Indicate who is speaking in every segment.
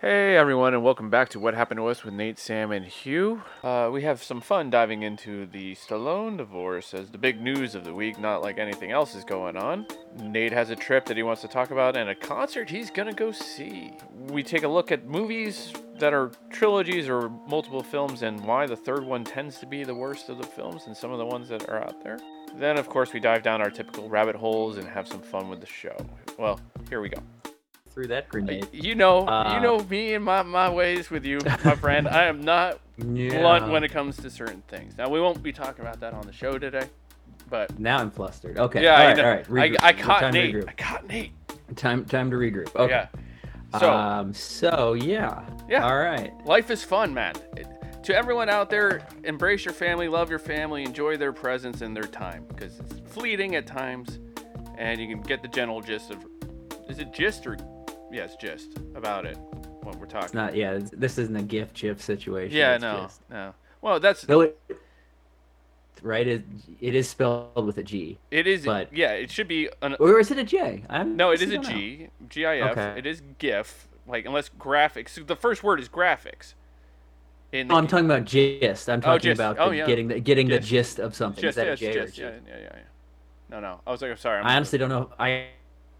Speaker 1: Hey everyone, and welcome back to What Happened to Us with Nate, Sam, and Hugh. Uh, we have some fun diving into the Stallone divorce as the big news of the week, not like anything else is going on. Nate has a trip that he wants to talk about and a concert he's gonna go see. We take a look at movies that are trilogies or multiple films and why the third one tends to be the worst of the films and some of the ones that are out there. Then, of course, we dive down our typical rabbit holes and have some fun with the show. Well, here we go.
Speaker 2: Through that grenade.
Speaker 1: You know,
Speaker 2: Uh,
Speaker 1: you know me and my, my ways with you, my friend. I am not blunt when it comes to certain things. Now we won't be talking about that on the show today, but
Speaker 2: now I'm flustered. Okay.
Speaker 1: yeah,
Speaker 2: all
Speaker 1: I
Speaker 2: right,
Speaker 1: know.
Speaker 2: all right. Regroup.
Speaker 1: I, I
Speaker 2: Time
Speaker 1: caught
Speaker 2: to
Speaker 1: Nate.
Speaker 2: regroup.
Speaker 1: I caught Nate.
Speaker 2: Time time to regroup. Okay.
Speaker 1: Yeah. So
Speaker 2: um so yeah.
Speaker 1: Yeah.
Speaker 2: All right.
Speaker 1: life is fun, man. It- to everyone out there, embrace your family, love your family, enjoy their presence and their time because it's fleeting at times, and you can get the general gist of is it gist or yes gist about it what we're
Speaker 2: It's
Speaker 1: talking.
Speaker 2: not yeah, it's- this isn't a gift chip situation.
Speaker 1: yeah,
Speaker 2: it's
Speaker 1: no,
Speaker 2: just-
Speaker 1: no. Well, that's
Speaker 2: Though it, right it, it is spelled with a G.
Speaker 1: it is.
Speaker 2: but-
Speaker 1: yeah, it should be an
Speaker 2: Or is it a J? I'm
Speaker 1: No, it is
Speaker 2: honestly
Speaker 1: a
Speaker 2: don't know.
Speaker 1: G, GIF.
Speaker 2: Okay.
Speaker 1: It is GIF. Like unless graphics, the first word is graphics. In
Speaker 2: No, Oh, I'm talking about gist. I'm talking
Speaker 1: gist.
Speaker 2: about
Speaker 1: Oh,
Speaker 2: the-
Speaker 1: yeah.
Speaker 2: getting the getting
Speaker 1: Gist.
Speaker 2: the gist of something.
Speaker 1: just,
Speaker 2: is
Speaker 1: yes,
Speaker 2: that a J or
Speaker 1: just,
Speaker 2: G?
Speaker 1: yeah, yeah, yeah, yeah. No, no. I was like, I'm sorry. I'm
Speaker 2: I honestly don't know if I if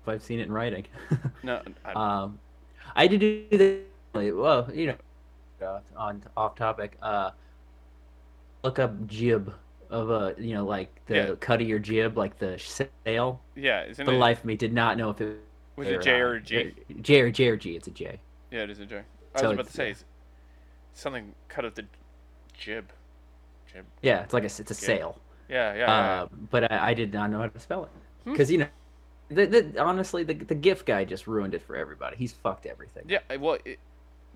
Speaker 2: I've seen it in writing.
Speaker 1: no. I,
Speaker 2: Um, I did do that. Well, you know, uh, on off topic. Uh, look up jib of a you know like the
Speaker 1: Yeah.
Speaker 2: cut of your jib, like the sail.
Speaker 1: yeah, isn't
Speaker 2: The
Speaker 1: it?
Speaker 2: life of me did not know if it uh,
Speaker 1: was it J or a G?
Speaker 2: J or J or G. It's a J.
Speaker 1: Yeah, it is a J. I
Speaker 2: So
Speaker 1: was about to
Speaker 2: it's-
Speaker 1: say it's something cut at the jib. Jib.
Speaker 2: Yeah, it's like a s- it's a
Speaker 1: Yeah.
Speaker 2: sail.
Speaker 1: Yeah, yeah. yeah.
Speaker 2: Uh, but I, I did not know how to spell it
Speaker 1: hmm.
Speaker 2: because you know. The, the, honestly, the the GIF guy just ruined it for everybody. He's fucked everything.
Speaker 1: yeah. I- Well, it,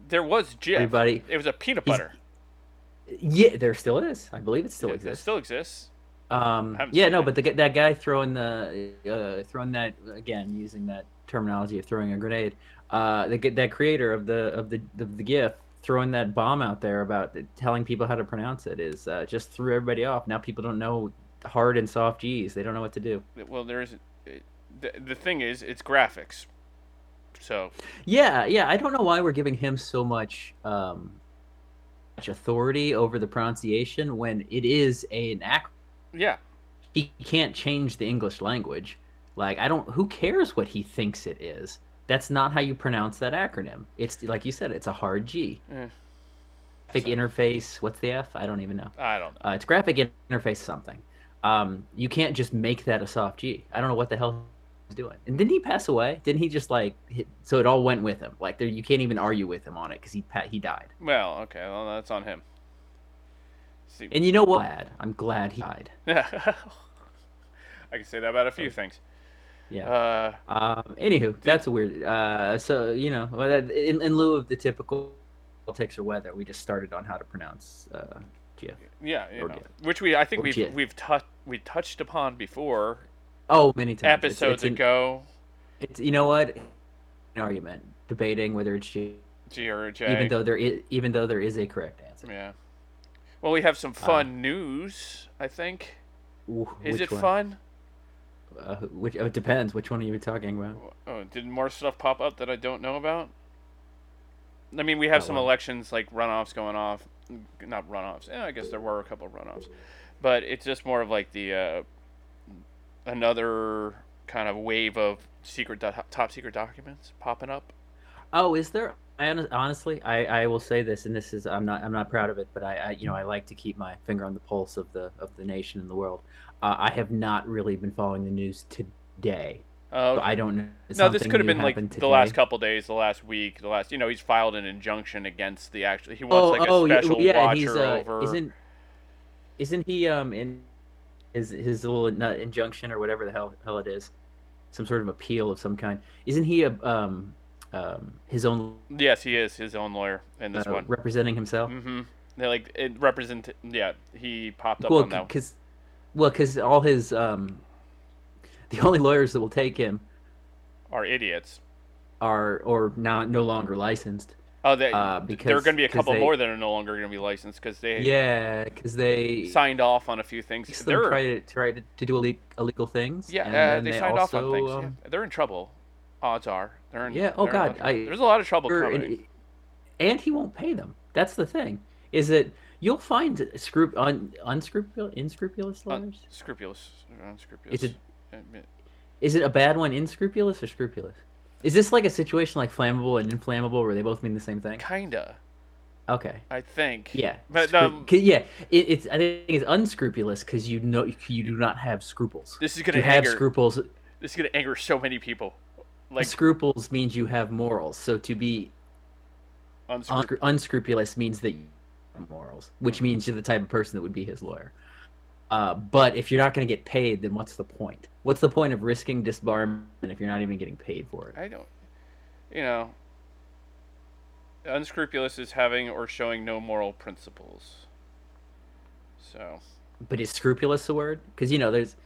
Speaker 1: there was jib.
Speaker 2: Everybody-
Speaker 1: It was a peanut
Speaker 2: he's-
Speaker 1: butter.
Speaker 2: Yeah, there still is. I believe it still
Speaker 1: It- It
Speaker 2: exists.
Speaker 1: still exists.
Speaker 2: Um,
Speaker 1: haven't
Speaker 2: yeah,
Speaker 1: seen
Speaker 2: no,
Speaker 1: it.
Speaker 2: but the, gu- that guy throwing the uh, throwing that again using that terminology of throwing a grenade. Uh, the, gu- that creator of the of the of the GIF throwing that bomb out there about it- telling people how to pronounce it is uh, just threw everybody off. Now people don't know hard and soft G's. They don't know what to do.
Speaker 1: Well, there is. It, the, the thing is, it's graphics. So
Speaker 2: Yeah, yeah. I don't know why we're giving him so much um, much authority over the pronunciation when it is a, an acronym.
Speaker 1: yeah,
Speaker 2: he can't change the English language. Like I don't who cares what he thinks it is. That's not how you pronounce that acronym. It's like you said, it's a hard G.
Speaker 1: Eh.
Speaker 2: Graphic
Speaker 1: So-
Speaker 2: interface. What's the F? I don't even know.
Speaker 1: I don't know.
Speaker 2: Uh, it's graphic in- interface something. Um, you can't just make that a soft G. I don't know what the hell he's doing. And didn't he pass away? Didn't he just like hit, so it all went with him? Like there, you can't even argue with him on it because he pa- he died.
Speaker 1: Well, okay, well that's on him. See,
Speaker 2: And you know what? Glad. I'm glad he died.
Speaker 1: I can say that about a few things.
Speaker 2: Yeah.
Speaker 1: Uh,
Speaker 2: Um, anywho, that's weird. Uh, so you know, well, that- in, in lieu of the typical politics or weather, we just started on how to pronounce uh, GIF.
Speaker 1: yeah, you
Speaker 2: Or
Speaker 1: know,
Speaker 2: Jib.
Speaker 1: which we I think
Speaker 2: Or
Speaker 1: we've
Speaker 2: Jib.
Speaker 1: we've touched we touched upon before
Speaker 2: Oh, many times. It's-
Speaker 1: episodes
Speaker 2: it's an-
Speaker 1: ago.
Speaker 2: It's, you know what? An argument debating whether it's GIF,
Speaker 1: G or a J.
Speaker 2: even though there is, even though there is a correct answer.
Speaker 1: yeah. Well, we have some fun news. I think.
Speaker 2: Wh-
Speaker 1: Is
Speaker 2: Uh, which
Speaker 1: it
Speaker 2: one?
Speaker 1: fun?
Speaker 2: Uh, which oh, it depends. Which one are you talking about?
Speaker 1: Oh, did more stuff pop up that I don't know about? I mean, we have
Speaker 2: Not
Speaker 1: some
Speaker 2: one.
Speaker 1: elections like runoffs going off, not runoffs. Eh, I guess there were a couple of runoffs, but it's just more of like the uh, another kind of wave of secret do- top secret documents popping up.
Speaker 2: Oh, is there? I hon- honestly, I, I will say this, and this is I'm not I'm not proud of it, but I, I you know I like to keep my finger on the pulse of the of the nation and the world. Uh, I have not really been following the news today.
Speaker 1: Uh,
Speaker 2: So I don't know.
Speaker 1: no, this
Speaker 2: Something
Speaker 1: could have
Speaker 2: new
Speaker 1: been like
Speaker 2: happened
Speaker 1: the last
Speaker 2: today?
Speaker 1: couple days, the last week, the last. You know, he's filed an injunction against the actual. He wants like a
Speaker 2: Oh, yeah,
Speaker 1: special
Speaker 2: yeah,
Speaker 1: watcher
Speaker 2: he's, uh,
Speaker 1: over.
Speaker 2: Isn't isn't he um in his his little nut injunction or whatever the hell hell it is, some sort of appeal of some kind? Isn't he a um um his own
Speaker 1: Yes, he is his own lawyer in this
Speaker 2: uh,
Speaker 1: one.
Speaker 2: representing himself?
Speaker 1: Mm-hmm. They like it represent. Yeah, he popped up
Speaker 2: well,
Speaker 1: on that. one.
Speaker 2: because well, because all his um, the only lawyers that will take him
Speaker 1: Are idiots.
Speaker 2: are or not no longer licensed.
Speaker 1: Oh, they.
Speaker 2: Uh, because
Speaker 1: there are going to be a
Speaker 2: 'cause
Speaker 1: couple
Speaker 2: they,
Speaker 1: more that are no longer going to be licensed because they
Speaker 2: Yeah, because they
Speaker 1: signed off on a few things.
Speaker 2: makes them
Speaker 1: They're
Speaker 2: try to try to, to do ille- illegal things. and
Speaker 1: yeah, uh,
Speaker 2: then
Speaker 1: they, signed off on
Speaker 2: also,
Speaker 1: things.
Speaker 2: um,
Speaker 1: yeah. They're in trouble. Odds are they're in.
Speaker 2: Yeah, oh
Speaker 1: they're in a
Speaker 2: God,
Speaker 1: lot of trouble.
Speaker 2: I-
Speaker 1: There's a lot of trouble
Speaker 2: Sure,
Speaker 1: coming.
Speaker 2: er, and and he won't pay them. That's the thing. Is that you'll find scrup- un- unscrupulous, inscrupulous lawyers.
Speaker 1: Uh, Scrupulous. Unscrupulous.
Speaker 2: it-
Speaker 1: Admit-
Speaker 2: Is it a bad one, inscrupulous or scrupulous? Is this like a situation like flammable and inflammable where they both mean the same thing?
Speaker 1: Kinda,
Speaker 2: Okay.
Speaker 1: I think.
Speaker 2: Yeah.
Speaker 1: But,
Speaker 2: Scru-
Speaker 1: um,
Speaker 2: 'cause- yeah, it, it's I think it's unscrupulous because you know you do not have scruples.
Speaker 1: This is gonna
Speaker 2: You have
Speaker 1: anger.
Speaker 2: scruples.
Speaker 1: this is gonna anger so many people. Like
Speaker 2: scruples means you have morals. So to be
Speaker 1: unscrup-
Speaker 2: unscru- unscrupulous means that you have morals, which
Speaker 1: Mm-hmm.
Speaker 2: means you're the type of person that would be his lawyer. Uh, but if you're not going to get paid, then what's the point? What's the point of risking disbarment if you're not even getting paid for it?
Speaker 1: I don't. You know. Unscrupulous is having or showing no moral principles. So,
Speaker 2: But is scrupulous a word? Because you know, there's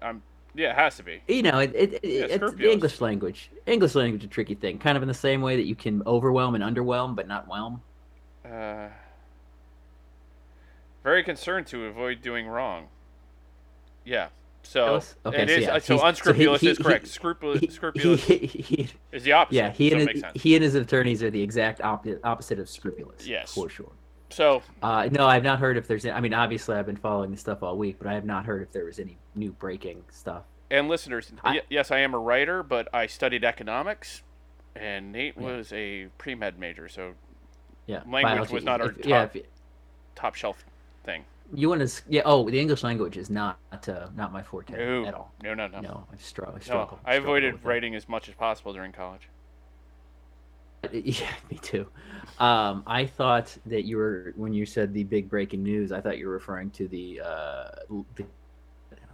Speaker 1: I'm. Yeah, it has to be.
Speaker 2: you know, it, it, it, it's the
Speaker 1: scrupulous.
Speaker 2: English language. English language is a tricky thing, kind of in the same way that you can overwhelm and underwhelm, but not whelm.
Speaker 1: Uh, very concerned to avoid doing wrong. Yeah. So
Speaker 2: Jealous? Okay,
Speaker 1: it
Speaker 2: so
Speaker 1: is.
Speaker 2: yeah,
Speaker 1: uh, so
Speaker 2: he's- so he-
Speaker 1: unscrupulous
Speaker 2: he-
Speaker 1: is correct.
Speaker 2: he-
Speaker 1: Scrupul-
Speaker 2: He-
Speaker 1: scrupulous
Speaker 2: he- he-
Speaker 1: is the opposite.
Speaker 2: yeah, he
Speaker 1: so it
Speaker 2: and
Speaker 1: makes
Speaker 2: his,
Speaker 1: sense.
Speaker 2: he and his attorneys are the exact opposite opposite of scrupulous.
Speaker 1: Yes.
Speaker 2: for sure.
Speaker 1: so
Speaker 2: Uh, no, I've not heard if there's. I mean, obviously, I've been following this stuff all week, but I have not heard if there was any new breaking stuff.
Speaker 1: and listeners,
Speaker 2: I-
Speaker 1: y- yes, I am a writer, but I studied economics, and Nate
Speaker 2: Yeah.
Speaker 1: was a pre med major, so
Speaker 2: Yeah,
Speaker 1: Language
Speaker 2: biology
Speaker 1: was
Speaker 2: is-
Speaker 1: not our
Speaker 2: if- Yeah, if
Speaker 1: top shelf thing.
Speaker 2: you want to. Yeah. Oh, the English language is not uh, not my forte
Speaker 1: No,
Speaker 2: at all.
Speaker 1: no, no, no. no.
Speaker 2: No, I've struggled. struggled
Speaker 1: I avoided writing as much as possible during college.
Speaker 2: Yeah, me too. Um, I thought that you were when you said the big breaking news. I thought you were referring to the. Uh, the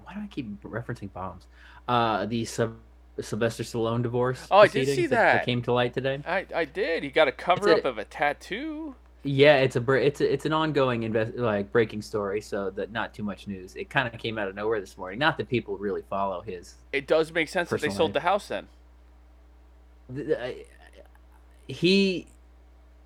Speaker 2: why do I keep referencing bombs? Uh, the Sylv- Sylvester Stallone divorce.
Speaker 1: Oh, I did see
Speaker 2: proceedings
Speaker 1: that.
Speaker 2: that came to light today.
Speaker 1: I, I did. He got a cover
Speaker 2: a-
Speaker 1: up of a tattoo.
Speaker 2: Yeah, it's a br- it's a, it's an ongoing invest like breaking story, so that not too much news. It kind of came out of nowhere this morning. Not that people really follow his.
Speaker 1: It does make sense that they
Speaker 2: Personal
Speaker 1: sold
Speaker 2: life.
Speaker 1: the house then.
Speaker 2: th- th- I- He,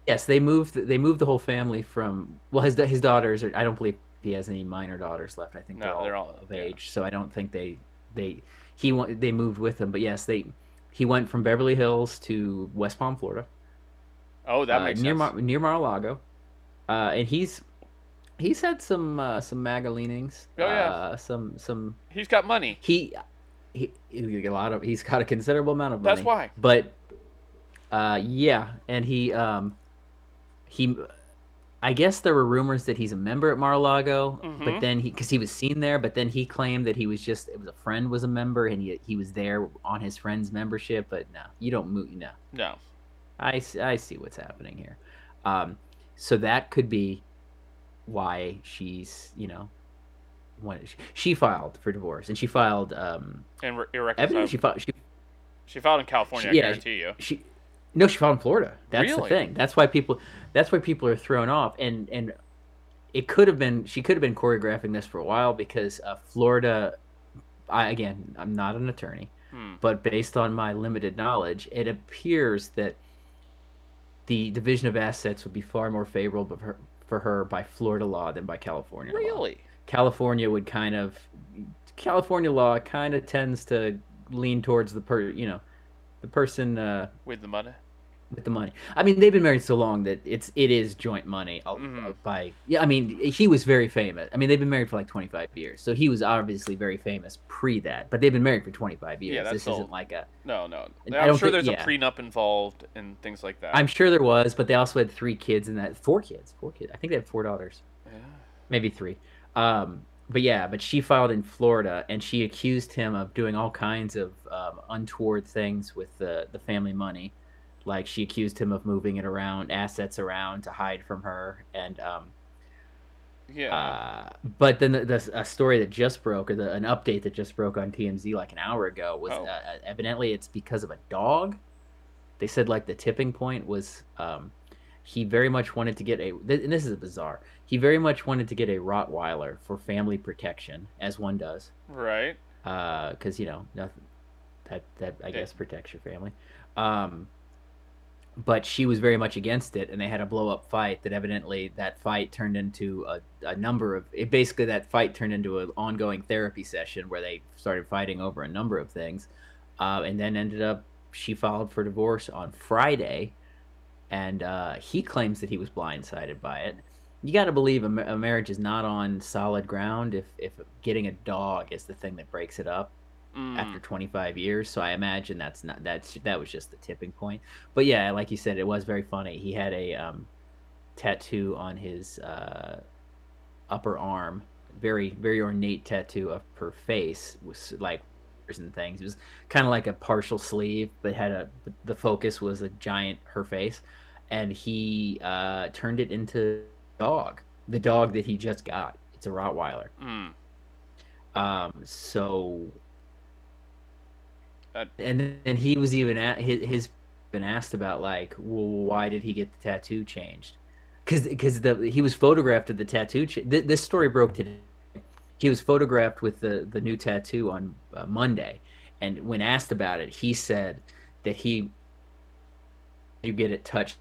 Speaker 2: yes, they moved they moved the whole family from well his his daughters are I don't believe he has any minor daughters left. I think
Speaker 1: No,
Speaker 2: they're, all
Speaker 1: they're all-
Speaker 2: of
Speaker 1: yeah.
Speaker 2: age, so I don't think they they he wa- they moved with him. But yes, they he went from Beverly Hills to West Palm, Florida.
Speaker 1: Oh, that
Speaker 2: uh,
Speaker 1: makes
Speaker 2: near
Speaker 1: sense.
Speaker 2: Mar- near Mar-a-Lago, uh, and he's he's had some uh, some MAGA leanings.
Speaker 1: Oh, yeah.
Speaker 2: uh, some some
Speaker 1: He's got money.
Speaker 2: he, he he a lot of he's got a considerable amount of money.
Speaker 1: That's why.
Speaker 2: But uh, yeah, and he um he. I guess there were rumors that he's a member at Mar-a-Lago,
Speaker 1: Mhm.
Speaker 2: but then he, because he was seen there, but then he claimed that he was just, it was a friend was a member, and he he was there on his friend's membership. But no, you don't move, no,
Speaker 1: No.
Speaker 2: I, s- I see what's happening here. Um, so that could be why she's, you know, when she, she filed for divorce and she filed, um,
Speaker 1: And re-
Speaker 2: evidence
Speaker 1: irreconcilable.
Speaker 2: she filed, she,
Speaker 1: She filed in California,
Speaker 2: Yeah,
Speaker 1: I guarantee you.
Speaker 2: she, no, she filed in Florida. That's
Speaker 1: Really?
Speaker 2: the thing. That's why people, that's why people are thrown off. And, and it could have been, she could have been choreographing this for a while because, uh, Florida, I, again, I'm not an attorney,
Speaker 1: Hmm.
Speaker 2: but based on my limited knowledge, it appears that the division of assets would be far more favorable for her, for her by Florida law than by California. law.
Speaker 1: Really?
Speaker 2: California would kind of California law kind of tends to lean towards the per you know the person uh,
Speaker 1: With the money?
Speaker 2: with the money. I mean, they've been married so long that it's it is joint money. uh,
Speaker 1: Mhm.
Speaker 2: By yeah, I mean he was very famous. I mean they've been married for like twenty five years, so he was obviously very famous pre that. But they've been married for twenty five years.
Speaker 1: that's
Speaker 2: this
Speaker 1: old.
Speaker 2: isn't like a.
Speaker 1: No, no. I'm
Speaker 2: I don't
Speaker 1: sure
Speaker 2: thi-
Speaker 1: there's
Speaker 2: yeah.
Speaker 1: a prenup involved and things like that.
Speaker 2: I'm sure there was, but they also had three kids in that. Four kids, four kids. I think they had four daughters,
Speaker 1: Yeah.
Speaker 2: maybe three. Um, but yeah, but she filed in Florida, and she accused him of doing all kinds of um, untoward things with the the family money. Like she accused him of moving it around, assets around to hide from her, and um,
Speaker 1: Yeah.
Speaker 2: uh, but then the, the a story that just broke, or the, an update that just broke on TMZ like an hour ago, was
Speaker 1: Oh.
Speaker 2: uh, uh, evidently it's because of a dog. They said like the tipping point was um, he very much wanted to get a, th- and this is bizarre. He very much wanted to get a Rottweiler for family protection, as one does,
Speaker 1: right.
Speaker 2: because Uh, you know nothing, that that I
Speaker 1: Yeah.
Speaker 2: guess protects your family. Um, but she was very much against it, and they had a blow up fight. That evidently that fight turned into a, a number of it. Basically, that fight turned into an ongoing therapy session where they started fighting over a number of things, uh, and then ended up she filed for divorce on Friday, and uh, he claims that he was blindsided by it. You got to believe a, ma- a marriage is not on solid ground if if getting a dog is the thing that breaks it up
Speaker 1: Mm.
Speaker 2: after 25 years. So I imagine that's not that's that was just the tipping point. But yeah, like you said, it was very funny. He had a um, tattoo on his uh, upper arm, very very ornate tattoo of her face was like flowers and things. It was kind of like a partial sleeve, but had a but the focus was a giant her face, and he uh, turned it into a dog, the dog that he just got. It's a Rottweiler.
Speaker 1: Mm.
Speaker 2: Um, so,
Speaker 1: That-
Speaker 2: and and he was even at his, his been asked about like, well, why did he get the tattoo changed? Because because the he was photographed with the tattoo. Cha- th- this story broke today. He was photographed with the the new tattoo on uh, Monday, and when asked about it, he said that he you get it touched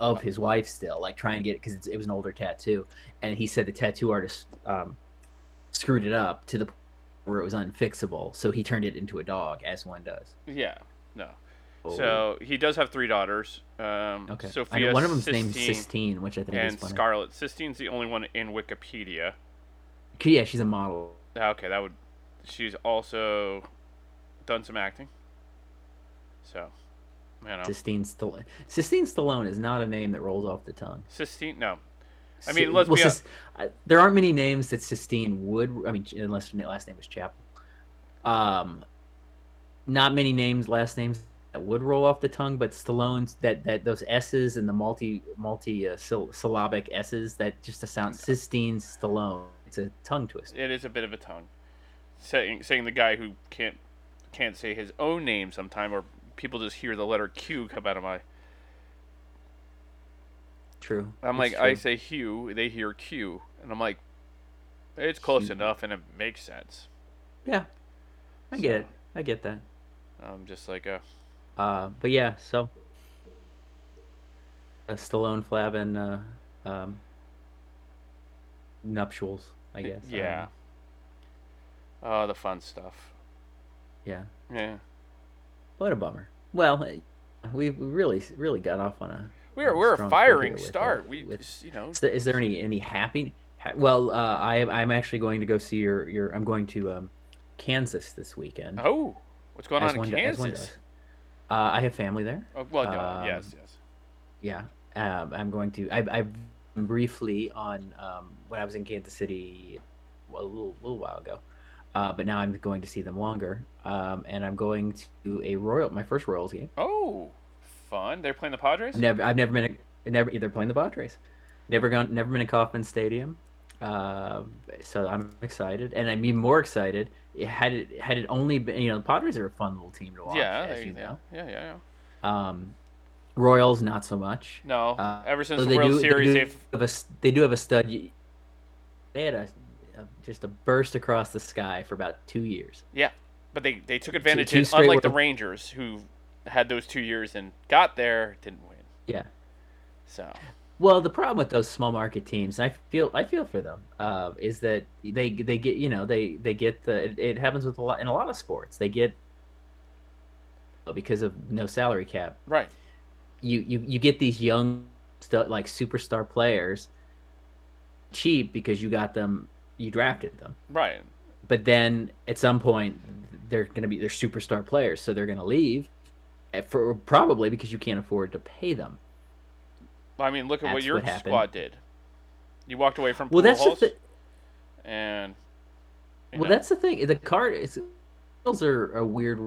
Speaker 2: of his wife still, like try and get it because it was an older tattoo, and he said the tattoo artist um, screwed it up to the point where it was unfixable, so he turned it into a dog, as one does.
Speaker 1: Yeah. No. So he does have three daughters. Um,
Speaker 2: Oh. okay, I know
Speaker 1: Sophia,
Speaker 2: one of them's
Speaker 1: Sistine,
Speaker 2: named Sistine, which I think is
Speaker 1: and
Speaker 2: funny.
Speaker 1: Scarlet. Sistine's the only one in Wikipedia. Ah,
Speaker 2: yeah, she's a model.
Speaker 1: Okay, that would. She's also done some acting. So, you know,
Speaker 2: Sistine Stallone. Sistine Stallone is not a name that rolls off the tongue.
Speaker 1: Sistine. No, I
Speaker 2: Si-
Speaker 1: mean, let's be
Speaker 2: Sis- I- there aren't many names that Sistine would. I mean, unless her last name was Chapel. Um, not many names, last names that would roll off the tongue, but Stallone's that that those S's and the multi multi uh, syl- syllabic S's that just to
Speaker 1: Mm.
Speaker 2: sound Sistine Stallone. It's a tongue twister.
Speaker 1: it is a bit of a tongue. Saying saying the guy who can't can't say his own name sometime, or people just hear the letter Q come out of my.
Speaker 2: True.
Speaker 1: I'm
Speaker 2: It's
Speaker 1: like, I
Speaker 2: true.
Speaker 1: say Hugh, they hear Q, and I'm like, it's close
Speaker 2: Hugh.
Speaker 1: enough, and it makes sense.
Speaker 2: yeah, I get it. I get that.
Speaker 1: I'm just like, uh,
Speaker 2: Uh, but yeah, so a Stallone Flavin uh, um, nuptials, I guess. I don't
Speaker 1: yeah.
Speaker 2: know.
Speaker 1: Oh, the fun stuff.
Speaker 2: yeah.
Speaker 1: Yeah.
Speaker 2: What a bummer. Well, eh, we we really really got off on a.
Speaker 1: We're
Speaker 2: a
Speaker 1: we're a
Speaker 2: strong
Speaker 1: firing
Speaker 2: pivot with, uh,
Speaker 1: start. We
Speaker 2: with-
Speaker 1: just, you know,
Speaker 2: Is there, is there any any happy? ha- Well, uh, I I'm actually going to go see your your. I'm going to um, Kansas this weekend.
Speaker 1: oh, what's going
Speaker 2: as
Speaker 1: on in
Speaker 2: one do- as one
Speaker 1: Kansas?
Speaker 2: does. Uh, I have family there.
Speaker 1: Oh, well, no,
Speaker 2: Um,
Speaker 1: yes, yes.
Speaker 2: yeah um, i'm going to i i briefly on um, when i was in kansas city a little, little while ago uh, but now i'm going to see them longer um, and i'm going to a royal my first royals game
Speaker 1: Oh, fun. They're playing the Padres.
Speaker 2: i've never i've never been a, never either playing the Padres. never gone never been to kaufman stadium uh, so i'm excited and i'm even more excited had it had it only been you know the padres are a fun little team to watch
Speaker 1: yeah,
Speaker 2: as
Speaker 1: they-
Speaker 2: you
Speaker 1: yeah,
Speaker 2: know
Speaker 1: yeah, yeah, yeah.
Speaker 2: um, royals not so much
Speaker 1: No,
Speaker 2: Uh,
Speaker 1: ever since
Speaker 2: So
Speaker 1: the World
Speaker 2: do,
Speaker 1: Series,
Speaker 2: they do
Speaker 1: they've
Speaker 2: have a s- they do have a stud. They had a, a just a burst across the sky for about two years.
Speaker 1: yeah, but they they took advantage.
Speaker 2: two
Speaker 1: of it,
Speaker 2: straight
Speaker 1: unlike the
Speaker 2: World-
Speaker 1: Rangers, who had those two years and got there, didn't win.
Speaker 2: Yeah.
Speaker 1: So
Speaker 2: Well, the problem with those small market teams, and I feel I feel for them, uh, is that they they get you know they they get the it, it happens with a lot in a lot of sports they get oh, because of no salary cap
Speaker 1: right,
Speaker 2: you you, you get these young stu- like superstar players cheap because you got them you drafted them
Speaker 1: right.
Speaker 2: but then at some point they're going to be they're superstar players so they're going to leave eh, for probably because you can't afford to pay them
Speaker 1: I mean, look at what
Speaker 2: That's
Speaker 1: your
Speaker 2: what happened.
Speaker 1: squad did. You walked away from
Speaker 2: well that's the
Speaker 1: Pujols
Speaker 2: thi-
Speaker 1: and you
Speaker 2: well
Speaker 1: know,
Speaker 2: that's the thing the card is Cardinals are a weird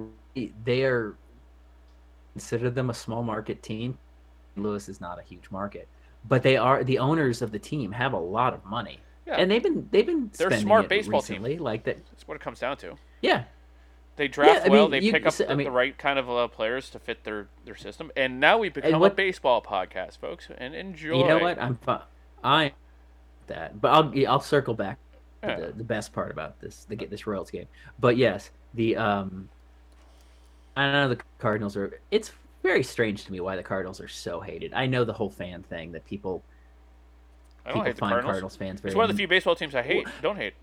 Speaker 2: they are consider them a small market team lewis is not a huge market but they are the owners of the team have a lot of money
Speaker 1: Yeah.
Speaker 2: and they've been they've been
Speaker 1: They're a
Speaker 2: spending
Speaker 1: smart
Speaker 2: it
Speaker 1: baseball team.
Speaker 2: recently like that
Speaker 1: that's what it comes down to.
Speaker 2: yeah
Speaker 1: They draft
Speaker 2: I
Speaker 1: well.
Speaker 2: mean,
Speaker 1: They
Speaker 2: you-
Speaker 1: pick up
Speaker 2: so- I
Speaker 1: the,
Speaker 2: mean-
Speaker 1: the right kind of uh, players to fit their, their system. And now we've become a
Speaker 2: what-
Speaker 1: baseball podcast, folks. And enjoy.
Speaker 2: You know what? I'm fine. I that, but I'll I'll circle back
Speaker 1: Yeah.
Speaker 2: to the, the best part about this the get this Royals game. But yes, the um, I know the Cardinals are. It's very strange to me why the Cardinals are so hated. I know the whole fan thing that people
Speaker 1: I
Speaker 2: people
Speaker 1: don't hate
Speaker 2: find
Speaker 1: the Cardinals.
Speaker 2: fans very.
Speaker 1: It's one of the few baseball teams I hate. Don't hate.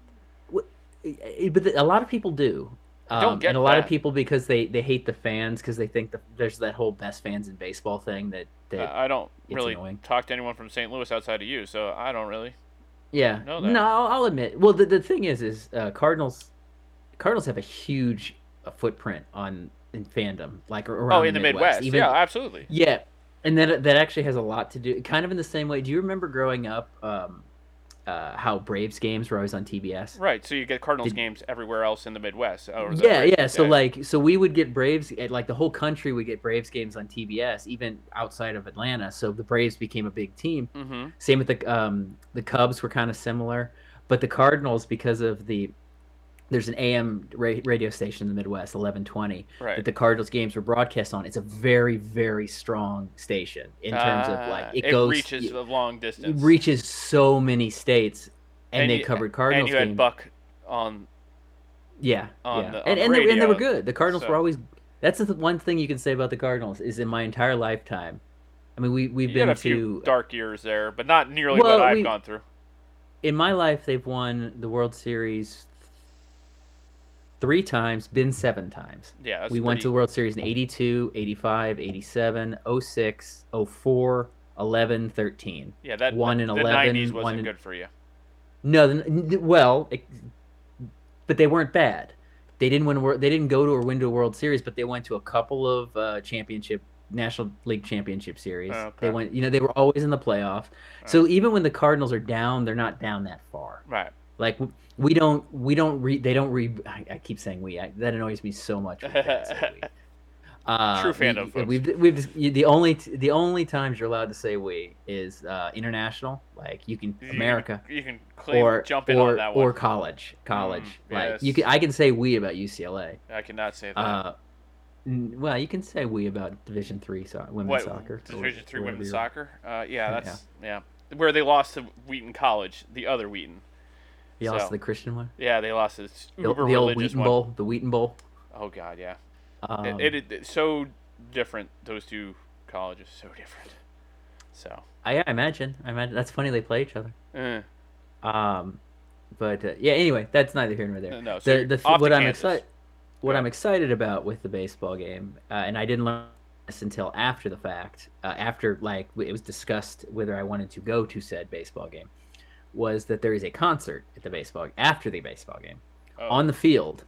Speaker 2: Eh, eh, but a lot of people do, Um,
Speaker 1: Don't get
Speaker 2: and a lot of
Speaker 1: that.
Speaker 2: people because they they hate the fans because they think the, there's that whole best fans in baseball thing that that
Speaker 1: I I don't
Speaker 2: it's
Speaker 1: really
Speaker 2: annoying.
Speaker 1: talk to anyone from St. Louis outside of you, so I don't really.
Speaker 2: yeah
Speaker 1: know that.
Speaker 2: no I'll, I'll admit well the, the thing is is uh, Cardinals Cardinals have a huge uh, footprint on in fandom like ar- around
Speaker 1: oh, in the Midwest,
Speaker 2: even
Speaker 1: yeah, absolutely.
Speaker 2: Yeah, and that that actually has a lot to do, kind of in the same way. Do you remember growing up, um, uh, how Braves games were always on TBS?
Speaker 1: Right, so you get Cardinals
Speaker 2: Did-
Speaker 1: games everywhere else in the Midwest. Or the-
Speaker 2: Yeah, yeah. So
Speaker 1: yeah.
Speaker 2: like, so we would get Braves, eh, like the whole country would get Braves games on TBS, even outside of Atlanta. So the Braves became a big team.
Speaker 1: Mhm.
Speaker 2: Same with the um, the Cubs were kind of similar, but the Cardinals because of the there's an AM ra- radio station in the Midwest, 1120,
Speaker 1: Right.
Speaker 2: that the Cardinals games were broadcast on. It's a very, very strong station in terms of like
Speaker 1: Ah,
Speaker 2: it, goes
Speaker 1: reaches
Speaker 2: it,
Speaker 1: a long distance.
Speaker 2: reaches so many states, and,
Speaker 1: And
Speaker 2: they
Speaker 1: you-
Speaker 2: covered
Speaker 1: and
Speaker 2: Cardinals
Speaker 1: you had
Speaker 2: games.
Speaker 1: Buck on
Speaker 2: yeah,
Speaker 1: on
Speaker 2: yeah,
Speaker 1: the- on
Speaker 2: and
Speaker 1: the
Speaker 2: and, they, and they were
Speaker 1: radio,
Speaker 2: good. The Cardinals
Speaker 1: so-
Speaker 2: were always. That's the one thing you can say about the Cardinals is in my entire lifetime. I mean, we we've
Speaker 1: you
Speaker 2: been
Speaker 1: had a
Speaker 2: to
Speaker 1: few dark years there, but not nearly
Speaker 2: Well,
Speaker 1: what I've
Speaker 2: we-
Speaker 1: gone through.
Speaker 2: in my life they've won the World Series three times, been seven times.
Speaker 1: Yeah, that's
Speaker 2: we went to the
Speaker 1: pretty-
Speaker 2: World Series in 82, 85, 87, 06, 04, 11, 13.
Speaker 1: yeah that
Speaker 2: one
Speaker 1: the,
Speaker 2: in
Speaker 1: the
Speaker 2: 11,
Speaker 1: 90s wasn't
Speaker 2: one in-
Speaker 1: good for you.
Speaker 2: No, the- n- well, it, but they weren't bad. They didn't win. a wor- They didn't go to or win to a World Series, but they went to a couple of uh, championship, National League championship series.
Speaker 1: Oh, okay.
Speaker 2: They went. You know, they were always in the playoffs. So even when the Cardinals are down, they're not down that far.
Speaker 1: Right.
Speaker 2: Like we don't, we don't re, they don't re. I, I keep saying we. I, that annoys me so much. when fans say we. Uh,
Speaker 1: True
Speaker 2: we-
Speaker 1: fandom, folks.
Speaker 2: We've, we've you- the only t- the only times you're allowed to say we is uh, international, like you can
Speaker 1: You can-
Speaker 2: America,
Speaker 1: You can claim
Speaker 2: or
Speaker 1: jump in
Speaker 2: or
Speaker 1: on that one.
Speaker 2: or college, college.
Speaker 1: Mm,
Speaker 2: like
Speaker 1: yes. Uh-huh.
Speaker 2: you can, I can say we about UCLA.
Speaker 1: I cannot say that.
Speaker 2: Uh, n- well, you can say we about Division three so- women's
Speaker 1: what
Speaker 2: soccer. or
Speaker 1: Division three
Speaker 2: whatever
Speaker 1: women's
Speaker 2: you're-
Speaker 1: soccer? Uh, yeah,
Speaker 2: Yeah.
Speaker 1: that's yeah. Where they lost to Wheaton College, the other Wheaton.
Speaker 2: You also
Speaker 1: so.
Speaker 2: the Christian one,
Speaker 1: Yeah, they lost to this
Speaker 2: the,
Speaker 1: uber
Speaker 2: the old
Speaker 1: religious
Speaker 2: Wheaton
Speaker 1: one.
Speaker 2: Bowl, the Wheaton Bowl.
Speaker 1: Oh God, yeah. It-
Speaker 2: Um,
Speaker 1: it, it- it's so different. Those two colleges, so different. So,
Speaker 2: Uh, I, I imagine. I imagine that's funny. They play each other.
Speaker 1: eh,
Speaker 2: Um, but uh, yeah. Anyway, that's neither here nor there.
Speaker 1: no, no. So
Speaker 2: the,
Speaker 1: you're
Speaker 2: the,
Speaker 1: off
Speaker 2: what
Speaker 1: to
Speaker 2: I'm
Speaker 1: Kansas.
Speaker 2: excited, what
Speaker 1: Go
Speaker 2: I'm
Speaker 1: ahead.
Speaker 2: excited about with the baseball game, uh, and I didn't learn this until after the fact, uh, after like w- it was discussed whether I wanted to go to said baseball game, was that there is a concert at the baseball after the baseball game
Speaker 1: Oh,
Speaker 2: on the field.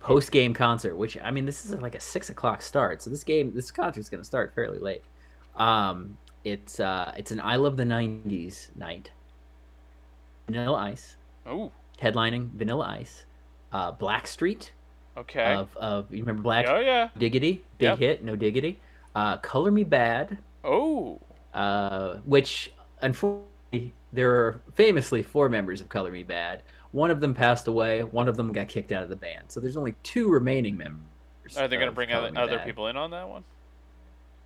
Speaker 2: Post game concert, which I mean, this is like a six o'clock start, so this game, this concert's going to start fairly late. Um, it's uh, it's an I Love the '90s night. Vanilla Ice
Speaker 1: Ooh,
Speaker 2: headlining Vanilla Ice, uh, Black Street
Speaker 1: okay.
Speaker 2: of of you remember Black
Speaker 1: oh yeah.
Speaker 2: Diggity, big
Speaker 1: Yep.
Speaker 2: hit, no diggity, uh, Color Me Bad,
Speaker 1: Oh,
Speaker 2: uh, which unfortunately there are famously four members of Color Me Bad. One of them passed away. One of them got kicked out of the band. So there's only two remaining members.
Speaker 1: are they gonna
Speaker 2: of
Speaker 1: bring
Speaker 2: Color
Speaker 1: other,
Speaker 2: Me
Speaker 1: other
Speaker 2: Bad.
Speaker 1: people in on that one?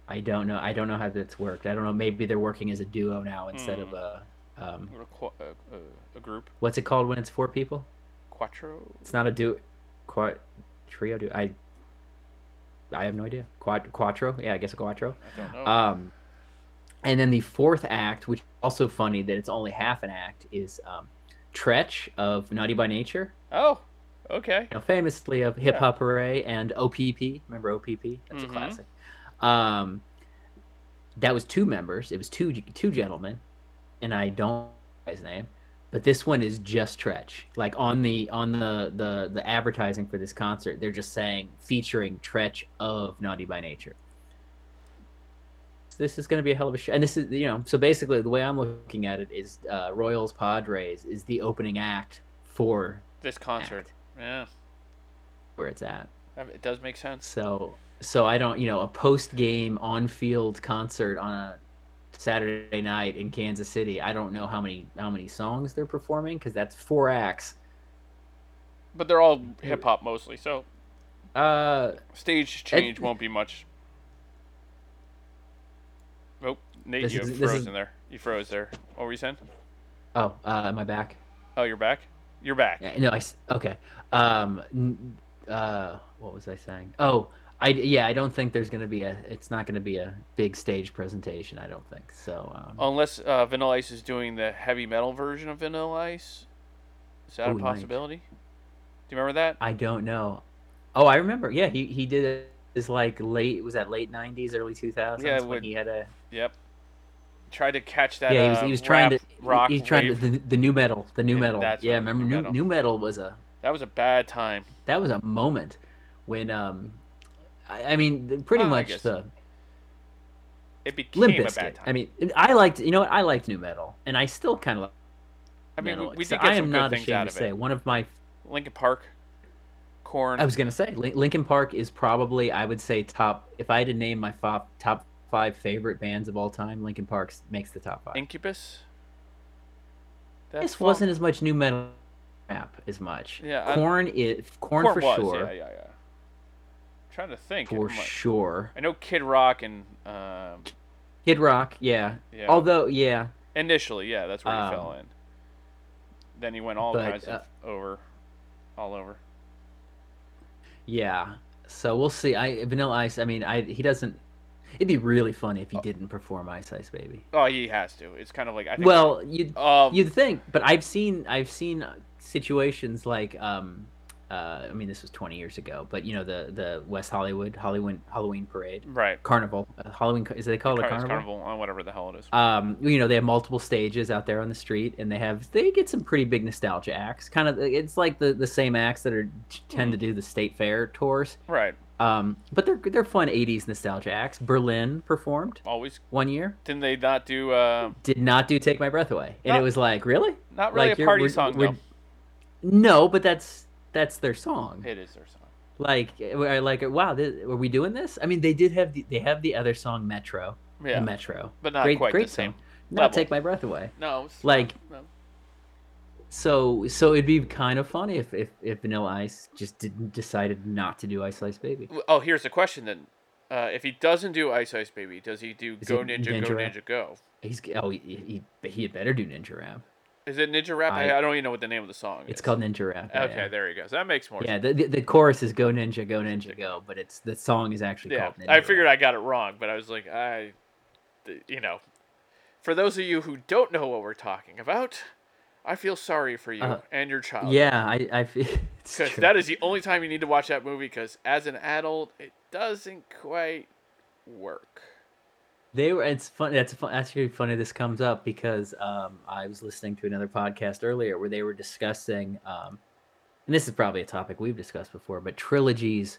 Speaker 2: I don't know. I don't know how that's worked. I don't know. Maybe they're working as a duo now instead
Speaker 1: Hmm.
Speaker 2: of a um,
Speaker 1: Or a, qu- a, a- a group
Speaker 2: what's it called when it's four people?
Speaker 1: quattro.
Speaker 2: It's not a duo. Quad trio do I I have no idea. Quad quattro? Yeah, I guess a quattro.
Speaker 1: I don't know.
Speaker 2: Um and then the fourth act, which is also funny that it's only half an act, is um Tretch of Naughty by Nature,
Speaker 1: oh, okay.
Speaker 2: you know, famously of Hip Hop Hooray and OPP. Remember OPP? That's
Speaker 1: Mhm.
Speaker 2: a classic. Um, that was two members. It was two two gentlemen, and I don't know his name, but this one is just Tretch. Like on the on the the the advertising for this concert, they're just saying featuring Tretch of Naughty by Nature. This is going to be a hell of a show, and this is you know. So basically, the way I'm looking at it is uh, Royals Padres is the opening act for
Speaker 1: This concert.
Speaker 2: act
Speaker 1: Yeah,
Speaker 2: where it's at.
Speaker 1: I mean, it does make sense.
Speaker 2: So so I don't you know a post game on field concert on a Saturday night in Kansas City. I don't know how many how many songs they're performing because that's four acts.
Speaker 1: But they're all hip hop mostly, so
Speaker 2: Uh,
Speaker 1: stage change won't be much. Oh, Nate,
Speaker 2: This
Speaker 1: you
Speaker 2: is-
Speaker 1: froze
Speaker 2: this is-
Speaker 1: in there. You froze there. What were you saying?
Speaker 2: oh, uh, my back.
Speaker 1: Oh, you're back. You're back.
Speaker 2: Yeah, No, I s- okay. Um, n- uh, what was I saying? Oh, I yeah, I don't think there's gonna be a. It's not gonna be a big stage presentation. I don't think so. Um,
Speaker 1: Unless uh, Vanilla Ice is doing the heavy metal version of Vanilla Ice, is that
Speaker 2: Oh,
Speaker 1: a
Speaker 2: we might.
Speaker 1: possibility? Do you remember that?
Speaker 2: I don't know. Oh, I remember. Yeah, he he did it. Is like late was that late '90s, early 2000s
Speaker 1: Yeah,
Speaker 2: when
Speaker 1: when-
Speaker 2: he had a
Speaker 1: Yep. Tried to catch that.
Speaker 2: yeah he was
Speaker 1: uh,
Speaker 2: he was trying
Speaker 1: rap,
Speaker 2: to
Speaker 1: rock.
Speaker 2: he was trying
Speaker 1: wave.
Speaker 2: to the, the new metal the new
Speaker 1: Yeah,
Speaker 2: metal
Speaker 1: that's
Speaker 2: yeah
Speaker 1: right,
Speaker 2: remember
Speaker 1: nu
Speaker 2: new
Speaker 1: metal.
Speaker 2: new metal was a
Speaker 1: That was a bad time.
Speaker 2: that was a moment when um I, I mean th- pretty
Speaker 1: Well, I
Speaker 2: much
Speaker 1: guess
Speaker 2: the
Speaker 1: It became
Speaker 2: Limp
Speaker 1: a bad
Speaker 2: Bizkit.
Speaker 1: time.
Speaker 2: I mean I liked you know what I liked new metal and I still kind of like
Speaker 1: I mean,
Speaker 2: metal.
Speaker 1: we, we did
Speaker 2: except
Speaker 1: get
Speaker 2: I
Speaker 1: some
Speaker 2: am
Speaker 1: good
Speaker 2: not
Speaker 1: things
Speaker 2: ashamed
Speaker 1: out
Speaker 2: to
Speaker 1: of
Speaker 2: say
Speaker 1: it.
Speaker 2: one of my
Speaker 1: Linkin Park, Corn.
Speaker 2: I was gonna say Lin- Linkin Park is probably I would say top if I had to name my fo- top five favorite bands of all time Linkin Park makes the top five.
Speaker 1: Incubus. That's
Speaker 2: this
Speaker 1: fun.
Speaker 2: wasn't as much new metal rap as much.
Speaker 1: Yeah, I-
Speaker 2: Corn is Corn,
Speaker 1: Corn
Speaker 2: for
Speaker 1: was,
Speaker 2: sure,
Speaker 1: Yeah, yeah, yeah. trying to think.
Speaker 2: for
Speaker 1: I'm like-
Speaker 2: sure.
Speaker 1: I know Kid Rock and um,
Speaker 2: Kid Rock, yeah.
Speaker 1: yeah.
Speaker 2: Although yeah,
Speaker 1: Initially, yeah, that's where he fell
Speaker 2: Um,
Speaker 1: in. Then he went all
Speaker 2: but, uh,
Speaker 1: kinds of over, all over.
Speaker 2: yeah. So we'll see. I Vanilla Ice. I mean, I he doesn't. It'd be really funny if he didn't perform Ice Ice Baby.
Speaker 1: Oh, he has to. It's kind of like Oh. I think.
Speaker 2: Well, you
Speaker 1: um,
Speaker 2: You'd think, but I've seen I've seen situations like um, uh, I mean this was 20 years ago, but you know the the West Hollywood Hollywood Halloween parade
Speaker 1: right.
Speaker 2: carnival uh, Halloween is they call it a
Speaker 1: Car- it's
Speaker 2: carnival?
Speaker 1: carnival on whatever the hell it is.
Speaker 2: Um, you know they have multiple stages out there on the street, and they have they get some pretty big nostalgia acts. Kind of it's like the the same acts that are tend to do the state fair tours.
Speaker 1: right.
Speaker 2: Um, but they're they're fun 80s nostalgia acts. Berlin performed
Speaker 1: Always.
Speaker 2: one year.
Speaker 1: Didn't they not do? Uh,
Speaker 2: Did not do Take My Breath Away, and
Speaker 1: Not-
Speaker 2: it was like really
Speaker 1: Oh. not really
Speaker 2: Like,
Speaker 1: a
Speaker 2: you're-
Speaker 1: party
Speaker 2: we're-
Speaker 1: song
Speaker 2: we're- No, but that's that's their song.
Speaker 1: though. It is their song.
Speaker 2: Like, eh, I like, wow, this, were we doing this? I mean, they did have the, they have the other song Metro,
Speaker 1: Yeah,
Speaker 2: the Metro,
Speaker 1: but not
Speaker 2: great
Speaker 1: quite
Speaker 2: great
Speaker 1: the same.
Speaker 2: song. Not
Speaker 1: level.
Speaker 2: take my breath away.
Speaker 1: No. it's-
Speaker 2: Like,
Speaker 1: no.
Speaker 2: so so it'd be kind of funny if if, if Vanilla Ice just didn't decided not to do Ice Ice Baby.
Speaker 1: Oh, here's the question then. Uh, if he doesn't do Ice Ice Baby, does he do
Speaker 2: Is
Speaker 1: Go
Speaker 2: it
Speaker 1: Ninja, Go
Speaker 2: Ninja Rap?
Speaker 1: Ninja Go?
Speaker 2: He's oh he he, he, he had better do Ninja Rap.
Speaker 1: Is it Ninja Rap? I,
Speaker 2: I-
Speaker 1: I don't even know what the name of the song is.
Speaker 2: It's called Ninja Rap. yeah,
Speaker 1: Okay, there he goes. That makes more
Speaker 2: Yeah, yeah the, the the chorus is Go Ninja Go Ninja Go, but it's the song is actually
Speaker 1: Yeah,
Speaker 2: called Ninja.
Speaker 1: I figured
Speaker 2: Rap.
Speaker 1: I got it wrong, but I was like, I, th- you know, for those of you who don't know what we're talking about, I feel sorry for you
Speaker 2: Uh,
Speaker 1: and your child.
Speaker 2: Yeah, I I fe- it's
Speaker 1: because
Speaker 2: true.
Speaker 1: that is the only time you need to watch that movie. Because as an adult, it doesn't quite work.
Speaker 2: They were. It's funny. That's fun, actually funny. This comes up because um, I was listening to another podcast earlier where they were discussing, um, and this is probably a topic we've discussed before, but trilogies.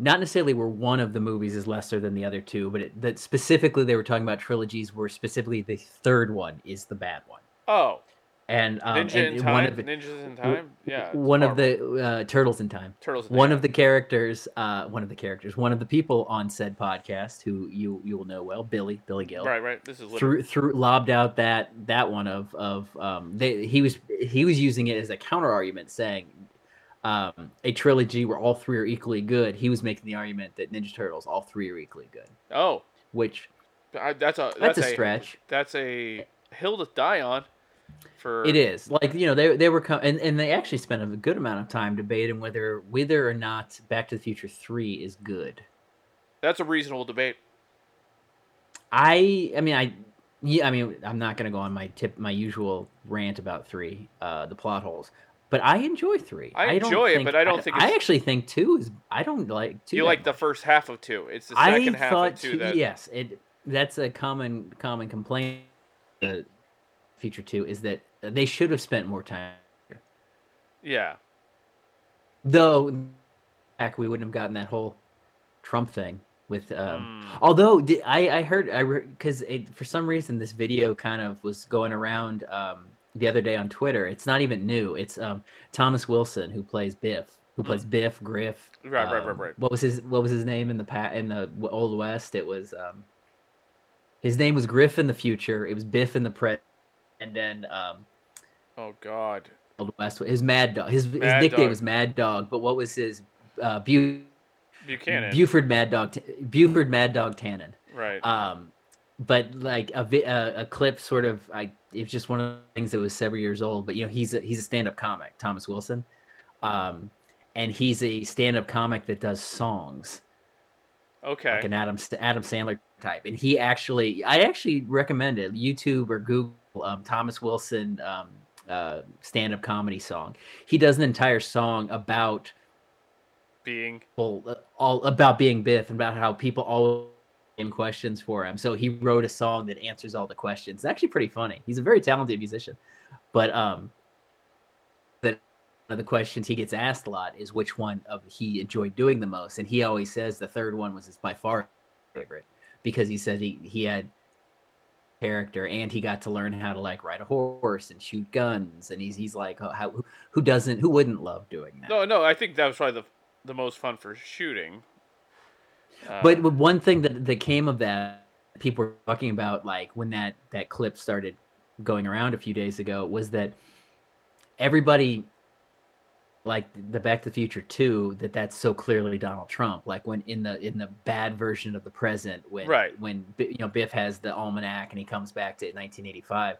Speaker 2: Not necessarily where one of the movies is lesser than the other two, but it, that specifically they were talking about trilogies where specifically the third one is the bad one,
Speaker 1: Oh,
Speaker 2: and, um,
Speaker 1: Ninja
Speaker 2: and-
Speaker 1: in
Speaker 2: and
Speaker 1: Time,
Speaker 2: one of the,
Speaker 1: Ninjas in
Speaker 2: w-
Speaker 1: Time. Yeah, it's
Speaker 2: one of
Speaker 1: horrible.
Speaker 2: the uh, turtles in time
Speaker 1: turtles. in
Speaker 2: one
Speaker 1: Time.
Speaker 2: of the characters uh one of the characters one of the people on said podcast who you you will know well billy billy gill
Speaker 1: right, right. This is literally
Speaker 2: threw threw lobbed out that that one of of um they he was he was using it as a counter argument saying um a trilogy where all three are equally good he was making the argument that ninja turtles all three are equally good
Speaker 1: oh,
Speaker 2: which
Speaker 1: I, that's a
Speaker 2: that's,
Speaker 1: that's
Speaker 2: a stretch
Speaker 1: That's a hill to die on. For
Speaker 2: It is like you know they they were com- and and they actually spent a good amount of time debating whether whether or not Back to the Future Three is good.
Speaker 1: That's a reasonable debate.
Speaker 2: I I mean I yeah I mean I'm not gonna go on my tip my usual rant about three uh the plot holes, but I enjoy three.
Speaker 1: I
Speaker 2: don't
Speaker 1: enjoy it,
Speaker 2: think,
Speaker 1: but I don't think
Speaker 2: I
Speaker 1: it's-
Speaker 2: actually think two is I don't like two.
Speaker 1: you
Speaker 2: that
Speaker 1: like the
Speaker 2: much.
Speaker 1: first half of two. It's the
Speaker 2: I
Speaker 1: second half
Speaker 2: thought
Speaker 1: of two that
Speaker 2: yes it that's a common common complaint. The feature two is that they should have spent more time.
Speaker 1: yeah.
Speaker 2: Though, heck, we wouldn't have gotten that whole Trump thing with. Um,
Speaker 1: Mm.
Speaker 2: Although di- I, I heard I because it for some reason this video kind of was going around um, the other day on Twitter. It's not even new. It's um, Thomas Wilson who plays Biff, who plays Biff Griff.
Speaker 1: Mm-hmm. Right, right, right,
Speaker 2: um,
Speaker 1: right.
Speaker 2: What was his What was his name in the pa- in the w- old west? It was um, his name was Griff in the future. It was Biff in the pre, and then um,
Speaker 1: Oh God.
Speaker 2: Old West. His Mad Dog. His, his
Speaker 1: Mad
Speaker 2: nickname
Speaker 1: Dog.
Speaker 2: was Mad Dog. But what was his uh, Bu-
Speaker 1: Buchanan.
Speaker 2: Buford Mad Dog? T- Buford Mad Dog Tannen.
Speaker 1: right.
Speaker 2: Um, but like a, vi- uh, a a clip, sort of. I it's just one of the things that was several years old. But you know, he's a, he's a stand up comic, Thomas Wilson, um, and he's a stand up comic that does songs
Speaker 1: okay.
Speaker 2: like an Adam Adam Sandler type. And he actually, I actually recommend it. YouTube or Google um, Thomas Wilson um, uh, stand-up comedy song. He does an entire song about
Speaker 1: Being
Speaker 2: well, uh, all about being Biff and about how people always him questions for him. So he wrote a song that answers all the questions. It's actually pretty funny. He's a very talented musician, but um, that one of the questions he gets asked a lot is which one of he enjoyed doing the most, and he always says the third one was his by far favorite because he said he he had character and he got to learn how to like ride a horse and shoot guns and he's he's like oh, how who- who doesn't who wouldn't love doing that
Speaker 1: no, no. I think that was probably the the most fun for shooting. Uh,
Speaker 2: But w- one thing that, that came of that, people were talking about, like when that that clip started going around a few days ago, was that everybody, like the Back to the Future Two, that that's so clearly Donald Trump. Like when in the in the bad version of the present, when
Speaker 1: Right.
Speaker 2: when Bi- you know Biff has the almanac and he comes back to 1985.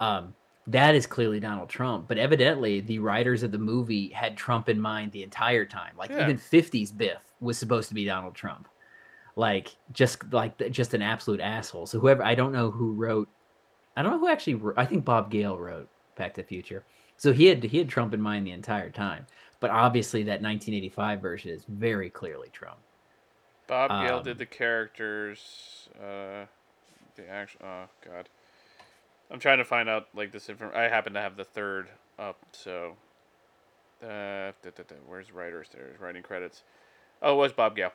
Speaker 2: Um, that is clearly Donald Trump, but evidently the writers of the movie had Trump in mind the entire time. Like
Speaker 1: Yeah.
Speaker 2: even 50s Biff was supposed to be Donald Trump like just like th- just an absolute asshole. So whoever I don't know who wrote, I don't know who actually. wr- I think Bob Gale wrote Back to the Future. So he had he had Trump in mind the entire time. But obviously that 1985 version is very clearly Trump.
Speaker 1: Bob Gale
Speaker 2: um,
Speaker 1: did the characters. Uh, the action. Oh God, I'm trying to find out like this information. I happen to have the third up, so. Uh, da, da, da, where's writers? There's writing credits. Oh, it was Bob Gale.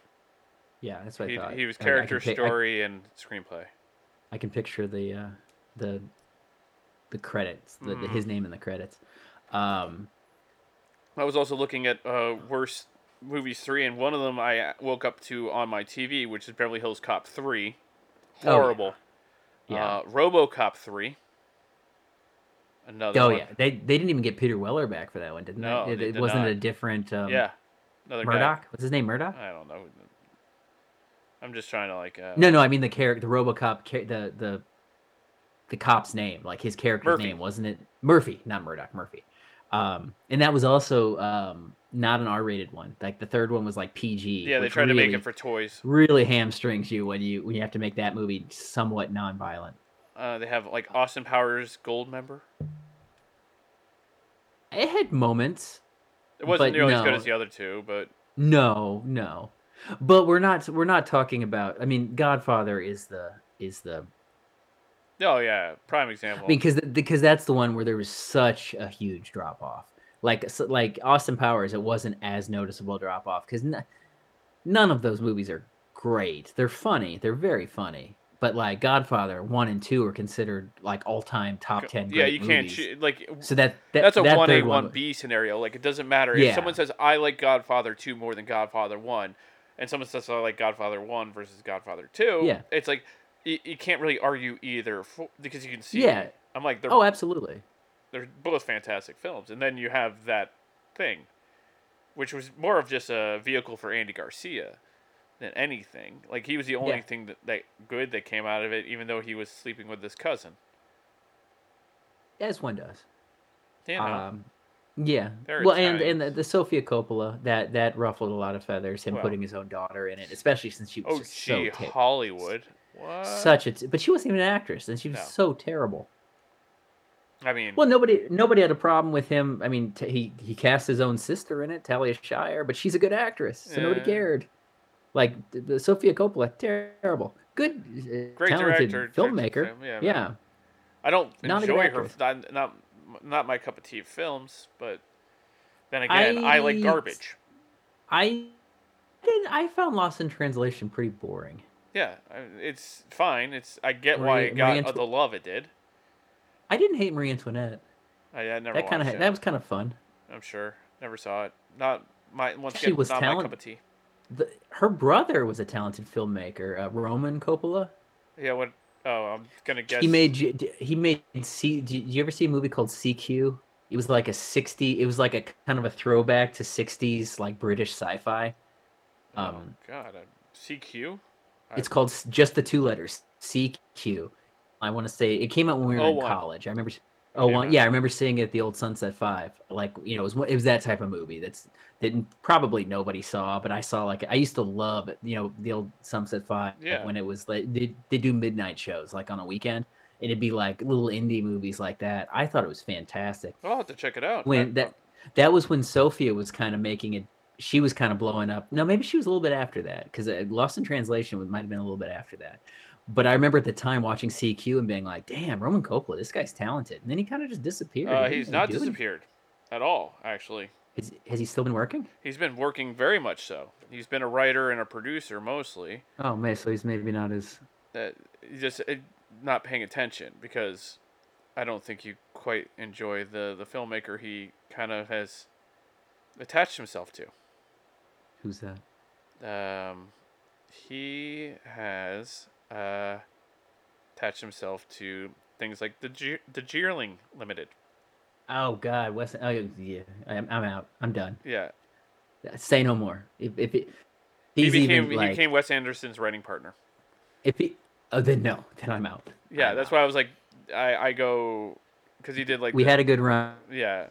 Speaker 2: Yeah, that's what
Speaker 1: He,
Speaker 2: I thought.
Speaker 1: he was
Speaker 2: I mean, I can
Speaker 1: character,
Speaker 2: pic- I-
Speaker 1: story, and screenplay.
Speaker 2: I can picture the uh, the the credits, the, the,
Speaker 1: Mhm.
Speaker 2: his name in the credits. Um,
Speaker 1: I was also looking at uh, worst movies three, and one of them I woke up to on my TV, which is Beverly Hills Cop three.
Speaker 2: Oh, yeah.
Speaker 1: Horrible.
Speaker 2: yeah.
Speaker 1: Uh, RoboCop three. Another.
Speaker 2: oh
Speaker 1: one.
Speaker 2: yeah, they they didn't even get Peter Weller back for that one, didn't
Speaker 1: No,
Speaker 2: they? It,
Speaker 1: they
Speaker 2: it
Speaker 1: did
Speaker 2: wasn't
Speaker 1: not.
Speaker 2: a different um,
Speaker 1: yeah. Another guy. Uh,
Speaker 2: Murdoch. What's his name? Murdoch.
Speaker 1: I don't know. I'm just trying to like. Uh,
Speaker 2: No, no, I mean the character, the RoboCop, cha- the the the cop's name, like his character's
Speaker 1: Murphy.
Speaker 2: name, wasn't it? Murphy, not Murdoch, Murphy. Um, and that was also um not an R-rated one. Like the third one was like PG.
Speaker 1: yeah, they
Speaker 2: which
Speaker 1: tried to make
Speaker 2: really-
Speaker 1: it for toys.
Speaker 2: really hamstrings you when you when you have to make that movie somewhat non-violent.
Speaker 1: Uh, they have like Austin Powers Gold Member.
Speaker 2: It had moments.
Speaker 1: It wasn't
Speaker 2: But
Speaker 1: nearly as good
Speaker 2: no.
Speaker 1: as the other two, but
Speaker 2: No, no, but we're not we're not talking about. I mean, Godfather is the is the
Speaker 1: oh yeah, prime example.
Speaker 2: I mean, because because that's the one where there was such a huge drop off. Like s like Austin Powers, it wasn't as noticeable drop off because none of those movies are great. They're funny. They're very funny. But like Godfather one and two are considered like all time top ten.
Speaker 1: yeah,
Speaker 2: great
Speaker 1: you can't
Speaker 2: movies.
Speaker 1: choo- like.
Speaker 2: So that, that
Speaker 1: That's a
Speaker 2: that
Speaker 1: one A
Speaker 2: third
Speaker 1: one B scenario. Like it doesn't matter
Speaker 2: Yeah.
Speaker 1: if someone says I like Godfather two more than Godfather one, and someone says I like Godfather one versus Godfather two.
Speaker 2: Yeah.
Speaker 1: it's like you, you can't really argue either for, because you can see.
Speaker 2: Yeah.
Speaker 1: I'm like they're
Speaker 2: Oh, absolutely.
Speaker 1: they're both fantastic films. And then you have that thing, which was more of just a vehicle for Andy Garcia than anything. Like he was the only
Speaker 2: Yeah.
Speaker 1: thing that, that good that came out of it, even though he was sleeping with his cousin.
Speaker 2: As one does.
Speaker 1: You know,
Speaker 2: Um, yeah.
Speaker 1: They're
Speaker 2: well, and and the,
Speaker 1: Italians.
Speaker 2: the Sophia Coppola that that ruffled a lot of feathers. Him
Speaker 1: Well.
Speaker 2: putting his own daughter in it, especially since she was
Speaker 1: oh,
Speaker 2: just so
Speaker 1: gee,
Speaker 2: terrible.
Speaker 1: Hollywood. What?
Speaker 2: such a t- but she wasn't even an actress and she was
Speaker 1: No. Hmm.
Speaker 2: so terrible
Speaker 1: I mean,
Speaker 2: well nobody nobody had a problem with him i mean t- he he cast his own sister in it talia shire but she's a good actress so nobody
Speaker 1: Yeah.
Speaker 2: cared like the, the sophia coppola terrible good uh,
Speaker 1: great
Speaker 2: talented
Speaker 1: director,
Speaker 2: filmmaker
Speaker 1: directed film, Yeah,
Speaker 2: yeah
Speaker 1: I don't
Speaker 2: Not a good
Speaker 1: enjoy her.
Speaker 2: actress.
Speaker 1: Not, not not my cup of tea films, but then again, I like
Speaker 2: I-
Speaker 1: garbage.
Speaker 2: i did i found lost in translation pretty boring
Speaker 1: Yeah, I- it's fine. It's I get
Speaker 2: Marie-
Speaker 1: why it got
Speaker 2: Marie Anto-
Speaker 1: the love it did.
Speaker 2: i didn't hate marie antoinette
Speaker 1: I, I never
Speaker 2: that kind
Speaker 1: watched
Speaker 2: of
Speaker 1: it.
Speaker 2: that was kind of fun
Speaker 1: I'm sure. Never saw it. Not my once
Speaker 2: She
Speaker 1: again,
Speaker 2: was
Speaker 1: not my
Speaker 2: talent-
Speaker 1: cup of tea.
Speaker 2: the, her brother was a talented filmmaker uh, roman coppola
Speaker 1: Yeah, what oh I'm gonna guess
Speaker 2: He made J- d- he made C. Did you ever see a movie called CQ? It was like a sixty. It was like a kind of a throwback to sixties like British sci-fi.
Speaker 1: oh,
Speaker 2: Um,
Speaker 1: God I, CQ?
Speaker 2: it's called s- just the two letters CQ. I want to say it came out when we were in
Speaker 1: 01.
Speaker 2: college. I remember. Oh one,
Speaker 1: out.
Speaker 2: yeah, I remember seeing it at the old Sunset Five. Like you know, it was one- it was that type of movie that's that n- probably nobody saw, but I saw like I used to love it, you know the old Sunset Five like,
Speaker 1: Yeah.
Speaker 2: when it was like they, they do midnight shows like on a weekend, and it'd be like little indie movies like that. I thought it was fantastic.
Speaker 1: I'll have to check it out. uh,
Speaker 2: When that that was when Sophia was kind of making it. She was kind of blowing up. No, maybe she was a little bit after that because Lost in Translation would- might have been a little bit after that. But I remember at the time watching CQ and being like, "Damn, Roman Coppola, this guy's talented." And then he kind of just disappeared.
Speaker 1: uh,
Speaker 2: He
Speaker 1: he's
Speaker 2: didn't
Speaker 1: not
Speaker 2: do any-
Speaker 1: disappeared at all, actually.
Speaker 2: Has, has he still been working?
Speaker 1: He's been working very much so. He's been a writer and a producer mostly.
Speaker 2: Oh man, so he's maybe not as
Speaker 1: That just uh, not paying attention because I don't think you quite enjoy the the filmmaker he kind of has attached himself to.
Speaker 2: who's that?
Speaker 1: Um, he has uh, attached himself to things like the Jeer- the Jeerling Limited.
Speaker 2: Oh God, Wes. Oh yeah, I'm, I'm out. I'm done. Uh,
Speaker 1: Yeah,
Speaker 2: Say no more. If if it, he's
Speaker 1: he became
Speaker 2: even like
Speaker 1: he became Wes Anderson's writing partner.
Speaker 2: if he, oh then no, then I'm out.
Speaker 1: Yeah,
Speaker 2: I'm
Speaker 1: that's
Speaker 2: out.
Speaker 1: why I was like, I I go because he did like
Speaker 2: we
Speaker 1: the-
Speaker 2: had a good run.
Speaker 1: yeah,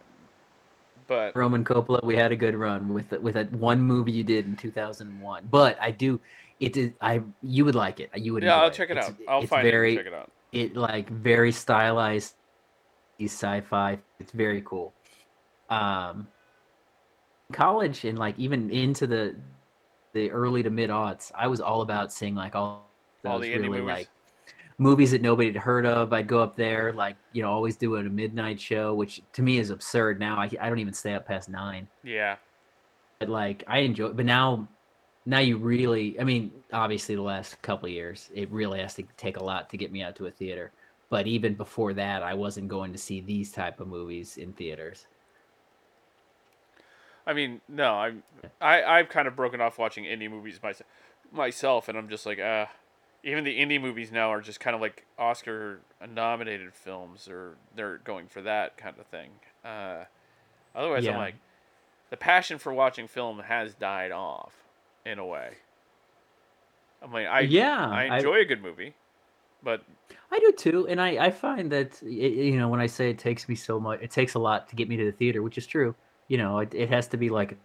Speaker 1: but
Speaker 2: Roman Coppola, we had a good run with with that one movie you did in 2001. But I do, it is I you would like it. You would.
Speaker 1: yeah, I'll
Speaker 2: enjoy
Speaker 1: check it
Speaker 2: It's-
Speaker 1: out. I'll
Speaker 2: it's
Speaker 1: find
Speaker 2: very,
Speaker 1: it. and Check it out.
Speaker 2: it like very stylized these sci-fi it's very cool um college and like even into the the early to mid aughts i was all about seeing like all those
Speaker 1: All the indie
Speaker 2: really
Speaker 1: movies.
Speaker 2: like movies that nobody had heard of i'd go up there like you know always do it a midnight show which to me is absurd now i, I don't even stay up past nine
Speaker 1: Yeah,
Speaker 2: but like I enjoy. But now, now you really. I mean, obviously, the last couple of years, it really has to take a lot to get me out to a theater. But even before that, I wasn't going to see these type of movies in theaters.
Speaker 1: I mean, no, I'm I I've kind of broken off watching indie movies myself, myself, and I'm just like, uh, even the indie movies now are just kind of like Oscar nominated films, or they're going for that kind of thing. Uh, otherwise, I'm
Speaker 2: Yeah.
Speaker 1: like, the passion for watching film has died off, in a way. I'm like, I
Speaker 2: yeah,
Speaker 1: I enjoy a good movie, but
Speaker 2: I do too, and I I find that y- y- you know when I say it takes me so much, it takes a lot to get me to the theater, which is true. You know, it, it has to be like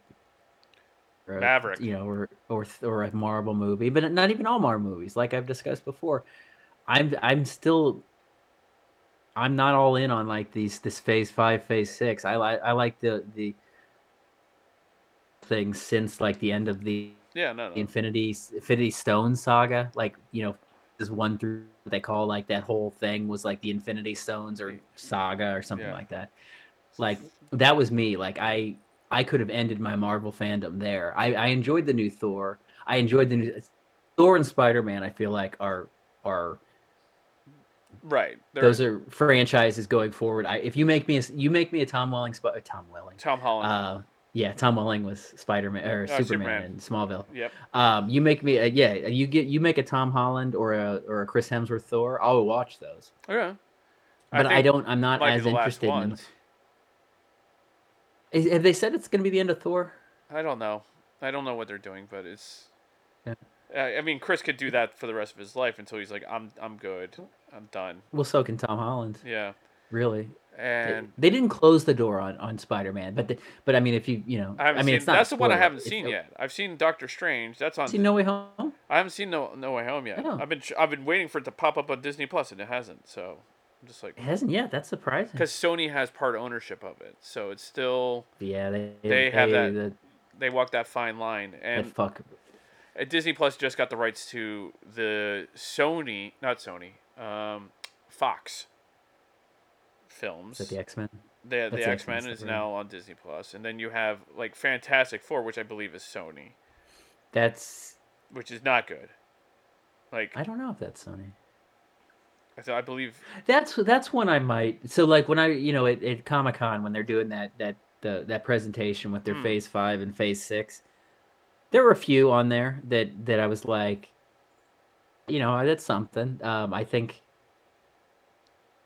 Speaker 2: or a-
Speaker 1: Maverick.
Speaker 2: you know, or or th- or a Marvel movie, but not even all Marvel movies. Like I've discussed before, I'm I'm still I'm not all in on like these this phase five, phase six. I like I like the the things since like the end of the
Speaker 1: yeah, no, no.
Speaker 2: the Infinity Infinity Stone saga, like you know, this one through what they call like that whole thing was like the Infinity Stones or saga or something
Speaker 1: Yeah.
Speaker 2: like that. Like that was me. Like I I could have ended my Marvel fandom there. I I enjoyed the new Thor. I enjoyed the new Thor and Spider Man. I feel like are are
Speaker 1: right. There
Speaker 2: those are franchises going forward. I if you make me a, you make me a Tom Welling Spi- Tom Welling.
Speaker 1: Tom Holland.
Speaker 2: Uh, yeah, Tom Welling was Spider Man or
Speaker 1: Uh, Superman.
Speaker 2: Superman in Smallville.
Speaker 1: yep.
Speaker 2: Um, you make me, uh, yeah, you get you make a Tom Holland or a or a Chris Hemsworth Thor. I'll watch those,
Speaker 1: Okay.
Speaker 2: uh, but I,
Speaker 1: think
Speaker 2: don't. I'm not
Speaker 1: might be
Speaker 2: as
Speaker 1: the last
Speaker 2: interested. In,
Speaker 1: ones.
Speaker 2: Is- have they said it's going to be the end of Thor?
Speaker 1: I don't know. I don't know what they're doing, but it's.
Speaker 2: Yeah.
Speaker 1: I I mean, Chris could do that for the rest of his life until he's like, I'm, I'm good, I'm done.
Speaker 2: Well, so can Tom Holland.
Speaker 1: Yeah,
Speaker 2: Really, They-
Speaker 1: and
Speaker 2: they, didn't close the door on on Spider Man, but the, but I mean, if you you know,
Speaker 1: I haven't
Speaker 2: mean,
Speaker 1: seen.
Speaker 2: it's not a
Speaker 1: that's the one I
Speaker 2: spoiler.
Speaker 1: haven't
Speaker 2: It's-
Speaker 1: seen
Speaker 2: uh,
Speaker 1: yet. I've seen Doctor Strange. That's on.
Speaker 2: See No Way Home.
Speaker 1: I haven't seen No No Way Home yet.
Speaker 2: Oh.
Speaker 1: I've been tr- I've been waiting for it to pop up on Disney Plus, and it hasn't. So I'm just like,
Speaker 2: It hasn't yet. That's surprising.
Speaker 1: because Sony has part ownership of it, so it's still
Speaker 2: Yeah, they
Speaker 1: they have that-
Speaker 2: the-
Speaker 1: they walk that fine line.
Speaker 2: they
Speaker 1: And
Speaker 2: fuck.
Speaker 1: Uh, Disney Plus just got the rights to the Sony, not Sony, um, Fox films.
Speaker 2: Is it the X Men?
Speaker 1: the
Speaker 2: that's
Speaker 1: the
Speaker 2: the
Speaker 1: X Men
Speaker 2: X-Men
Speaker 1: is
Speaker 2: stuff,
Speaker 1: now on Disney Plus, and then you have like Fantastic Four, which I believe is Sony,
Speaker 2: That's
Speaker 1: which is not good. Like
Speaker 2: I don't know if that's Sony.
Speaker 1: I, th- I believe,
Speaker 2: That's that's one I might. So like when I you know at, at Comic Con when they're doing that that the that presentation with their
Speaker 1: Hmm.
Speaker 2: Phase Five and Phase Six, there were a few on there that that I was like, you know, that's something. Um, I think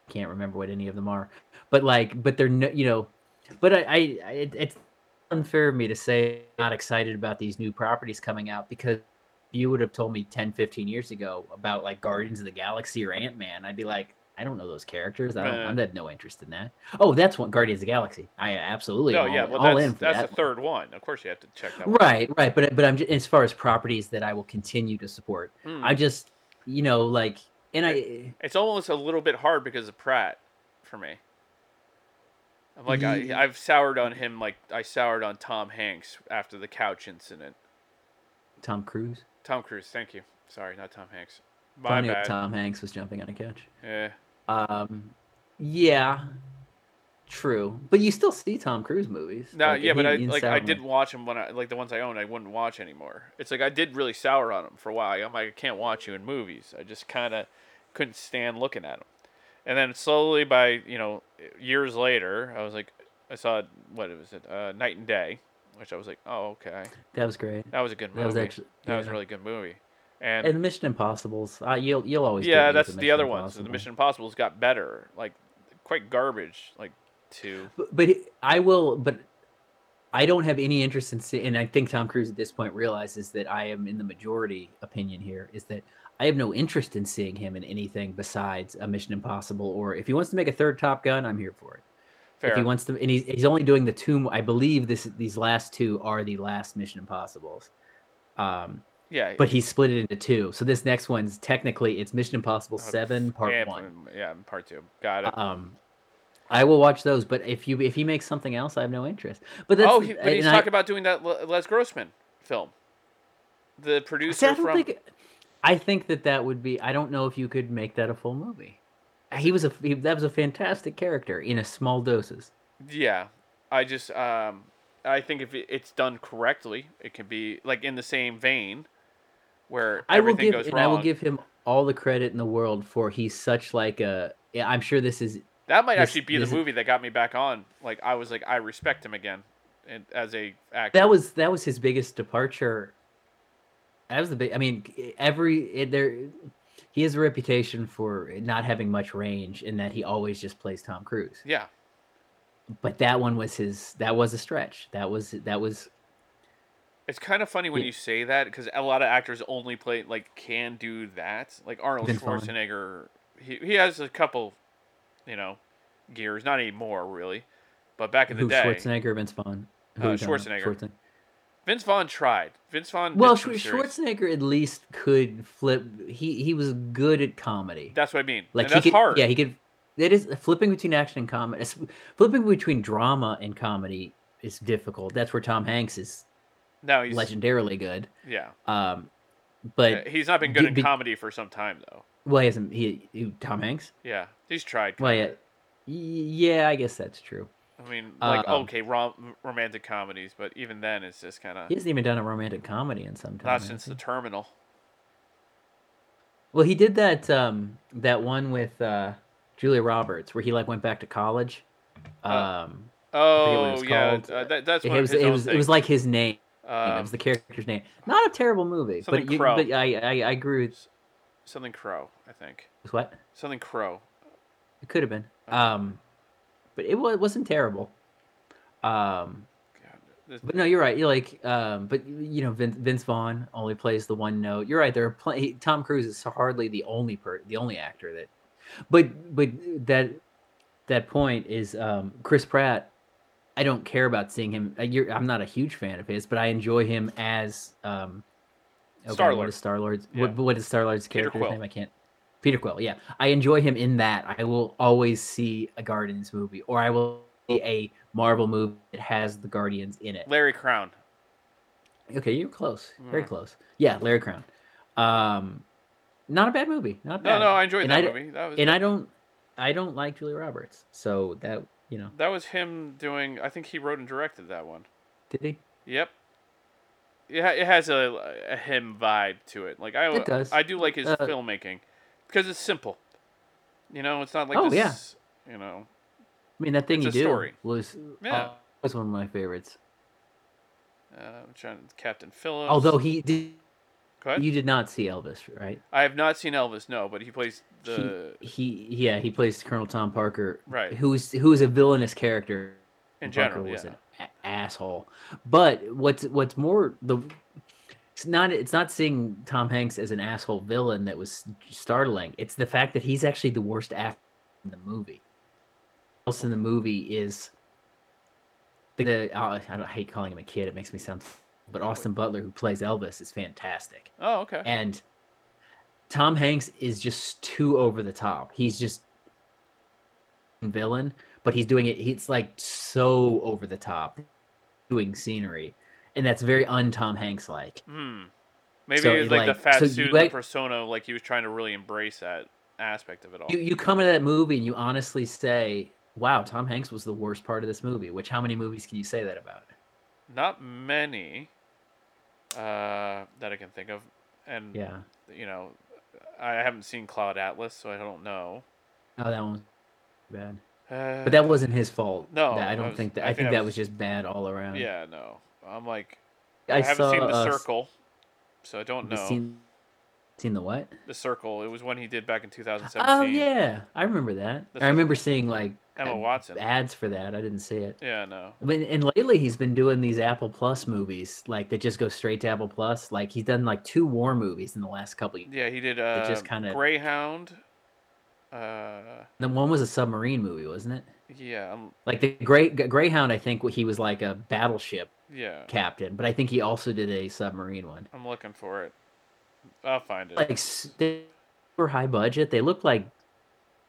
Speaker 2: can't remember what any of them are, but like, but they're no, you know, but I, I, I it, it's unfair of me to say I'm not excited about these new properties coming out because you would have told me 10 15 years ago about like guardians of the galaxy or ant-man i'd be like i don't know those characters i don't
Speaker 1: Meh.
Speaker 2: i'm had no interest in that oh that's one guardians of the galaxy i absolutely
Speaker 1: no,
Speaker 2: am all,
Speaker 1: Oh, yeah, well
Speaker 2: all
Speaker 1: that's
Speaker 2: in for
Speaker 1: that's
Speaker 2: that
Speaker 1: the
Speaker 2: one.
Speaker 1: third one. Of course, you have to check that. one.
Speaker 2: right right but but i'm ju- as far as properties that i will continue to support
Speaker 1: Mm.
Speaker 2: i just you know like and I
Speaker 1: It's almost a little bit hard because of Pratt for me. I'm like I,
Speaker 2: Ye-
Speaker 1: I've soured on him like I soured on Tom Hanks after the couch incident.
Speaker 2: Tom Cruise.
Speaker 1: Tom Cruise, thank you. Sorry, not Tom Hanks. My
Speaker 2: Funny if
Speaker 1: bad.
Speaker 2: Tom Hanks was jumping on a couch.
Speaker 1: Yeah.
Speaker 2: Um, yeah, true. But you still see Tom Cruise movies.
Speaker 1: No,
Speaker 2: Like,
Speaker 1: yeah, but
Speaker 2: he-
Speaker 1: I
Speaker 2: he's
Speaker 1: like I
Speaker 2: Saltman.
Speaker 1: did watch them when I like the ones I owned. I wouldn't watch anymore. It's like I did really sour on them for a while. I'm like I can't watch you in movies. I just kind of couldn't stand looking at them. And then slowly, by you know, years later, I was like, I saw what was it, uh, Night and Day, which I was like, oh okay,
Speaker 2: That was great.
Speaker 1: that was a good movie.
Speaker 2: That was actually
Speaker 1: That was a
Speaker 2: yeah.
Speaker 1: really good movie. And,
Speaker 2: And Mission Impossible's. Uh, you'll you'll always get me
Speaker 1: yeah,
Speaker 2: with
Speaker 1: that's the
Speaker 2: Mission
Speaker 1: other ones. The
Speaker 2: Impossible.
Speaker 1: Mission Impossible's got better, like quite garbage, like two.
Speaker 2: But, but it- I will. But I don't have any interest in seeing. And I think Tom Cruise at this point realizes that I am in the majority opinion here. Is that I have no interest in seeing him in anything besides a Mission Impossible. Or if he wants to make a third Top Gun, I'm here for it.
Speaker 1: Fair.
Speaker 2: If he wants to, and he's, he's only doing the two. mo- I believe this these last two are the last Mission Impossibles. Um,
Speaker 1: yeah,
Speaker 2: but he split it into two. So this next one's technically it's Mission Impossible
Speaker 1: Oh,
Speaker 2: Seven Part
Speaker 1: and-
Speaker 2: One.
Speaker 1: Yeah, and part two. Got it.
Speaker 2: Um, I will watch those. But if you if he makes something else, I have no interest. But that's,
Speaker 1: oh, he, but he's
Speaker 2: and I-
Speaker 1: talking about doing that Le- Les Grossman film. The
Speaker 2: I
Speaker 1: producer
Speaker 2: said, I don't
Speaker 1: from
Speaker 2: think. I think that that would be. I don't know if you could make that a full movie. He was a he, that was a fantastic character in a small doses.
Speaker 1: yeah, I just um, I think if it, it's done correctly, it can be like in the same vein, where
Speaker 2: I will
Speaker 1: everything
Speaker 2: give
Speaker 1: goes
Speaker 2: and
Speaker 1: wrong.
Speaker 2: I will give him all the credit in the world for he's such like a. yeah, I'm sure this is
Speaker 1: that might
Speaker 2: this-
Speaker 1: actually be the
Speaker 2: this is-
Speaker 1: movie that got me back on. Like I was like I respect him again, and as a actor.
Speaker 2: that was that was his biggest departure. That was the big. I mean, every it, there, he has a reputation for not having much range, and that he always just plays Tom Cruise.
Speaker 1: yeah,
Speaker 2: But that one was his. That was a stretch. That was that was
Speaker 1: it's kind of funny when
Speaker 2: Yeah.
Speaker 1: you say that because a lot of actors only play like can do that. Like Arnold
Speaker 2: Vince Vaughn.
Speaker 1: Schwarzenegger, he he has a couple, you know, gears. Not anymore really, but back in the
Speaker 2: who
Speaker 1: day,
Speaker 2: Schwarzenegger, Vince Vaughn, Who
Speaker 1: Uh,
Speaker 2: are you talking about?
Speaker 1: Schwarzenegger.
Speaker 2: Schwarzen-
Speaker 1: Vince Vaughn tried. Vince Vaughn. did
Speaker 2: Well,
Speaker 1: some
Speaker 2: Schwar-
Speaker 1: serious-
Speaker 2: Schwarzenegger at least could flip. He he was good at comedy.
Speaker 1: That's what I mean.
Speaker 2: like
Speaker 1: and that's
Speaker 2: he could,
Speaker 1: hard.
Speaker 2: yeah, he could. It is flipping between action and comedy. it's- Flipping between drama and comedy is difficult. That's where Tom Hanks is
Speaker 1: no, he's
Speaker 2: legendarily good.
Speaker 1: yeah.
Speaker 2: Um,
Speaker 1: Yeah,
Speaker 2: but
Speaker 1: He's not been good
Speaker 2: did
Speaker 1: in
Speaker 2: be-
Speaker 1: comedy for some time though.
Speaker 2: well, he hasn't. He, he Tom Hanks.
Speaker 1: Yeah, he's tried.
Speaker 2: Well, yeah, yeah, I guess that's true.
Speaker 1: I mean, like
Speaker 2: Um,
Speaker 1: okay, rom- romantic comedies, but even then, it's just kind of
Speaker 2: He hasn't even done a romantic comedy in some time.
Speaker 1: not
Speaker 2: has
Speaker 1: since
Speaker 2: he?
Speaker 1: the Terminal.
Speaker 2: Well, he did that um that one with uh Julia Roberts where he like went back to college.
Speaker 1: Uh,
Speaker 2: Um, forget what
Speaker 1: Oh
Speaker 2: it's
Speaker 1: yeah,
Speaker 2: called.
Speaker 1: uh, that, that's
Speaker 2: it
Speaker 1: one
Speaker 2: was
Speaker 1: of his
Speaker 2: it
Speaker 1: own
Speaker 2: was it
Speaker 1: things.
Speaker 2: was like his name. it
Speaker 1: Um,
Speaker 2: was the character's name. Not a terrible movie, but
Speaker 1: something
Speaker 2: you,
Speaker 1: Crow.
Speaker 2: but I, I I agree with
Speaker 1: something Crow, I think.
Speaker 2: with what
Speaker 1: Something Crow.
Speaker 2: it could have been.
Speaker 1: Uh-huh.
Speaker 2: Um, but it, wa- it wasn't terrible. Um,
Speaker 1: God, this-
Speaker 2: But no, you're right. You're like, um, but you know, Vince, Vince Vaughn only plays the one note. You're right. There are plenty. Tom Cruise is hardly the only per, the only actor that. But but that that point is um, Chris Pratt. I don't care about seeing him. uh, You're, I'm not a huge fan of his, but I enjoy him as um,
Speaker 1: Star-Lord.
Speaker 2: Star Lord's
Speaker 1: Yeah.
Speaker 2: what, what is Star Lord's
Speaker 1: Peter
Speaker 2: character's
Speaker 1: Quill.
Speaker 2: name? I can't. Peter Quill. Yeah, I enjoy him in that. I will always see a Guardians movie, or I will see a Marvel movie that has the Guardians in it.
Speaker 1: Larry Crown.
Speaker 2: Okay, you were close. Very
Speaker 1: Mm.
Speaker 2: close. Yeah, Larry Crown. Um, not a bad movie. Not
Speaker 1: No,
Speaker 2: bad.
Speaker 1: no, I enjoyed
Speaker 2: And
Speaker 1: that
Speaker 2: I d-
Speaker 1: movie. That was
Speaker 2: And I don't, I don't like Julia Roberts. So that you know,
Speaker 1: that was him doing. I think he wrote and directed that one.
Speaker 2: did he?
Speaker 1: Yep. It, ha- it has a, a him vibe to it. Like I,
Speaker 2: It does.
Speaker 1: I do like his
Speaker 2: Uh,
Speaker 1: filmmaking because it's simple. You know, it's not like
Speaker 2: Oh,
Speaker 1: this. You know,
Speaker 2: I mean, that thing
Speaker 1: It's
Speaker 2: you
Speaker 1: a
Speaker 2: do
Speaker 1: story.
Speaker 2: was
Speaker 1: Yeah.
Speaker 2: uh, was one of my favorites.
Speaker 1: uh, I'm trying Captain Phillips.
Speaker 2: Although he did,
Speaker 1: Go ahead.
Speaker 2: you did not see Elvis, right?
Speaker 1: I have not seen Elvis. No, but he plays
Speaker 2: He-
Speaker 1: the
Speaker 2: He, yeah, he plays Colonel Tom Parker,
Speaker 1: Right.
Speaker 2: Who's who's a villainous character
Speaker 1: in
Speaker 2: Parker
Speaker 1: general. Yeah.
Speaker 2: was an a- asshole. But what's what's more the it's not it's not seeing Tom Hanks as an asshole villain that was startling. It's the fact that he's actually the worst actor in the movie. Else in the movie is the, the I don't I hate calling him a kid. It makes me sound, but Austin Butler who plays Elvis is fantastic
Speaker 1: Oh, okay.
Speaker 2: and Tom Hanks is just too over the top. He's just villain, but he's doing it. He's like so over the top, doing scenery, and that's very un Tom Hanks like.
Speaker 1: Hmm. Maybe
Speaker 2: So,
Speaker 1: it was like, the
Speaker 2: like-
Speaker 1: fat
Speaker 2: so you
Speaker 1: suit,
Speaker 2: like-
Speaker 1: the persona, like he was trying to really embrace that aspect of it all.
Speaker 2: You you come into that movie and you honestly say, "Wow, Tom Hanks was the worst part of this movie." Which how many movies can you say that about?
Speaker 1: Not many uh, that I can think of, and
Speaker 2: Yeah.
Speaker 1: you know, I haven't seen Cloud Atlas, so I don't know.
Speaker 2: Oh, that one. Bad.
Speaker 1: Uh,
Speaker 2: But that wasn't his fault.
Speaker 1: No,
Speaker 2: That- I
Speaker 1: I
Speaker 2: don't
Speaker 1: was-
Speaker 2: think that.
Speaker 1: I
Speaker 2: I,
Speaker 1: think
Speaker 2: think,
Speaker 1: I
Speaker 2: that
Speaker 1: was-
Speaker 2: was just bad all around.
Speaker 1: yeah, no, I'm like
Speaker 2: I,
Speaker 1: I, haven't
Speaker 2: saw,
Speaker 1: seen the
Speaker 2: uh,
Speaker 1: Circle, so I don't
Speaker 2: the
Speaker 1: know
Speaker 2: Seen, seen the what?
Speaker 1: the Circle. It was one he did back in 2017.
Speaker 2: Oh yeah, I remember that.
Speaker 1: The
Speaker 2: I
Speaker 1: Circle.
Speaker 2: remember seeing like
Speaker 1: Emma
Speaker 2: ad-
Speaker 1: Watson.
Speaker 2: ads for that. I didn't see it.
Speaker 1: Yeah, no.
Speaker 2: I mean, and lately he's been doing these Apple Plus movies, like that just go straight to Apple Plus. Like he's done like two war movies in the last couple. years.
Speaker 1: Yeah, he did. Uh,
Speaker 2: just kinda-
Speaker 1: Greyhound. Uh,
Speaker 2: The one was a submarine movie, wasn't it?
Speaker 1: yeah, um,
Speaker 2: Like the Grey Greyhound, I think he was like a battleship
Speaker 1: yeah.
Speaker 2: captain, but I think he also did a submarine one.
Speaker 1: I'm looking for it. I'll find it.
Speaker 2: Like s- they were high budget. They looked like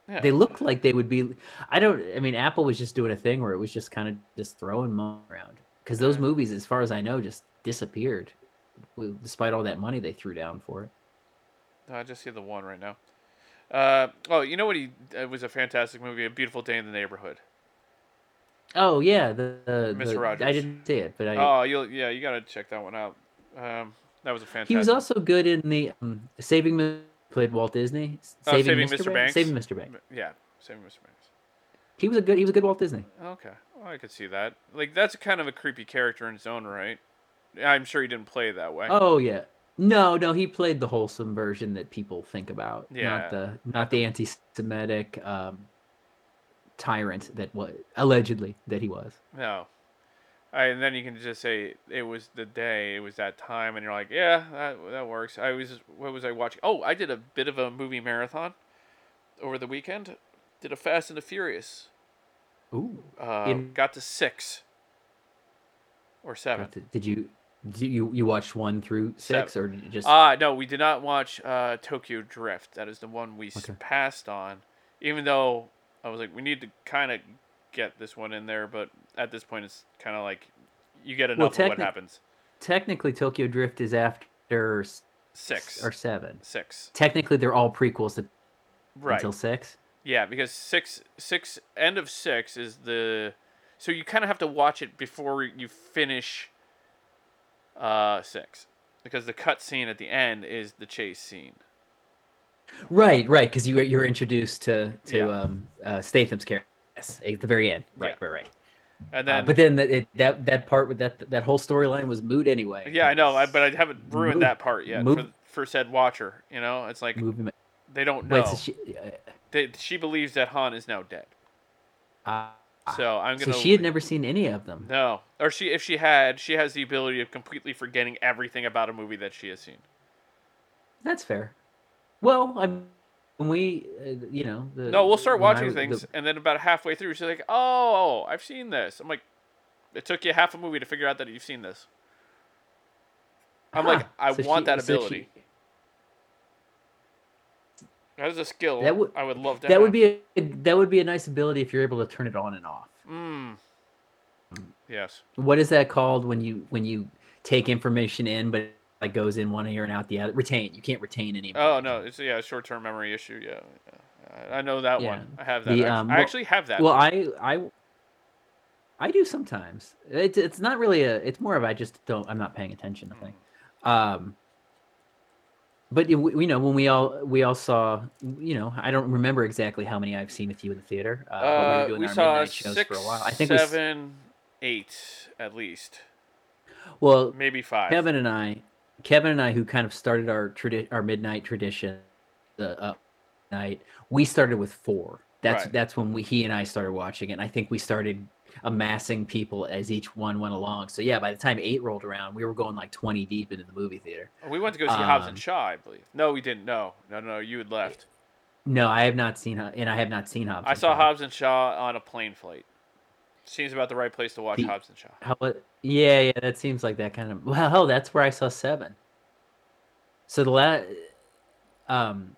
Speaker 1: yeah.
Speaker 2: they looked like they would be i don't i mean apple was just doing a thing where it was just kind of just throwing money around because those
Speaker 1: Yeah.
Speaker 2: movies as far as i know just disappeared w- despite all that money they threw down for it
Speaker 1: No, Oh, I just see the one right now. Uh, oh, you know what? He it was a fantastic movie, A Beautiful Day in the Neighborhood.
Speaker 2: oh yeah the, the,
Speaker 1: Mr.
Speaker 2: the-
Speaker 1: Rogers.
Speaker 2: i didn't see it but i
Speaker 1: Oh, you'll yeah, you gotta check that one out. Um, that was a fantastic.
Speaker 2: he was also good in the um, saving Mi- played walt disney S-
Speaker 1: Oh, Saving Mr. Banks.
Speaker 2: saving mr banks
Speaker 1: yeah, Saving Mr. Banks.
Speaker 2: he was a good he was a good walt disney
Speaker 1: Okay, well, I could see that. Like that's kind of a creepy character in his own right. I'm sure he didn't play it that way.
Speaker 2: oh yeah no no he played the wholesome version that people think about
Speaker 1: Yeah.
Speaker 2: not the not the anti-semitic um tyrant that was allegedly that he was
Speaker 1: No. I, and then you can just say it was the day, it was that time, and you're like, yeah, that that works. I was, what was I watching? Oh, I did a bit of a movie marathon over the weekend. Did a Fast and the Furious.
Speaker 2: Ooh.
Speaker 1: Uh,
Speaker 2: In-
Speaker 1: Got to six or seven.
Speaker 2: Did, did you did you you watched one through six or did you just
Speaker 1: Ah, no, we did not watch uh, Tokyo Drift. That is the one we s
Speaker 2: Okay.
Speaker 1: passed on, even though I was like, we need to kind of get this one in there, but at this point, it's kind of like you get enough of what
Speaker 2: technic-
Speaker 1: happens.
Speaker 2: technically Tokyo Drift is after s-
Speaker 1: Six.
Speaker 2: or seven.
Speaker 1: six
Speaker 2: Technically, they're all prequels to,
Speaker 1: right
Speaker 2: until six.
Speaker 1: yeah because six six end of six is the so you kind of have to watch it before you finish uh six because the cut scene at the end is the chase scene
Speaker 2: Right, right, because you were- you were introduced to to
Speaker 1: Yeah.
Speaker 2: um uh, Statham's character yes, at the very end. Right, right, right.
Speaker 1: and
Speaker 2: Uh,
Speaker 1: then
Speaker 2: but then that it, that that part with that that whole storyline was moot anyway.
Speaker 1: yeah i know I, but i haven't ruined
Speaker 2: Move-
Speaker 1: that part yet for,
Speaker 2: move-
Speaker 1: for said watcher you know it's like
Speaker 2: movie. ma-
Speaker 1: they don't know
Speaker 2: Wait, so she, uh,
Speaker 1: they, she believes that han is now dead
Speaker 2: ah,
Speaker 1: so i'm
Speaker 2: so
Speaker 1: gonna
Speaker 2: she had never seen any of them.
Speaker 1: no or she if she had she has the ability of completely forgetting everything about a movie that she has seen
Speaker 2: That's fair. Well, I'm when we, uh, you know, the,
Speaker 1: No, we'll start
Speaker 2: when I
Speaker 1: watching
Speaker 2: was- the-
Speaker 1: things, and then about halfway through, she's like, "Oh, I've seen this." I'm like, "It took you half a movie to figure out that you've seen this." I'm like,
Speaker 2: Huh.
Speaker 1: "I
Speaker 2: So
Speaker 1: want
Speaker 2: she-
Speaker 1: that
Speaker 2: so she-
Speaker 1: ability. that is a skill
Speaker 2: That would-
Speaker 1: I would love to."
Speaker 2: that would be a that would be a nice ability if you're able to turn it on and off.
Speaker 1: Mm. Yes.
Speaker 2: What is that called when you when you take information in, but it like goes in one ear and out the other? Retain. You can't retain any.
Speaker 1: Oh no, it's yeah, short-term memory issue. Yeah, yeah. I I know that one. I have that.
Speaker 2: The,
Speaker 1: act-
Speaker 2: um,
Speaker 1: I
Speaker 2: well-
Speaker 1: actually have that.
Speaker 2: Well, I I I do sometimes. It's it's not really a. It's more of I just don't. I'm not paying attention. I think.
Speaker 1: Mm.
Speaker 2: Um, but you, you know when we all we all saw you know I don't remember exactly how many I've seen with you in the theater. Uh,
Speaker 1: Uh,
Speaker 2: but we, were doing
Speaker 1: we
Speaker 2: our
Speaker 1: saw
Speaker 2: midnight shows
Speaker 1: six,
Speaker 2: for a while. I think we s-
Speaker 1: seven, eight at least,
Speaker 2: well
Speaker 1: maybe five.
Speaker 2: Kevin and I, Kevin and I, who kind of started our tradi- our midnight tradition, the uh, night we started with four. That's
Speaker 1: Right.
Speaker 2: that's when we he and I started watching it. And I think we started amassing people as each one went along. So yeah, by the time eight rolled around, we were going like twenty deep into the movie theater.
Speaker 1: We went to go see Hobbs and
Speaker 2: Um,
Speaker 1: Shaw, I believe. No, we didn't. No, no, no. You had left.
Speaker 2: No, I have not seen Ho- and I have not seen Hobbs.
Speaker 1: I
Speaker 2: and
Speaker 1: saw
Speaker 2: Shaw.
Speaker 1: Hobbs and Shaw on a plane flight. Seems about the right place to watch
Speaker 2: The-
Speaker 1: Hobbs and Shaw.
Speaker 2: How wa- yeah, yeah, that seems like that kind of. Well, hell, that's where I saw seven. So the last, Um,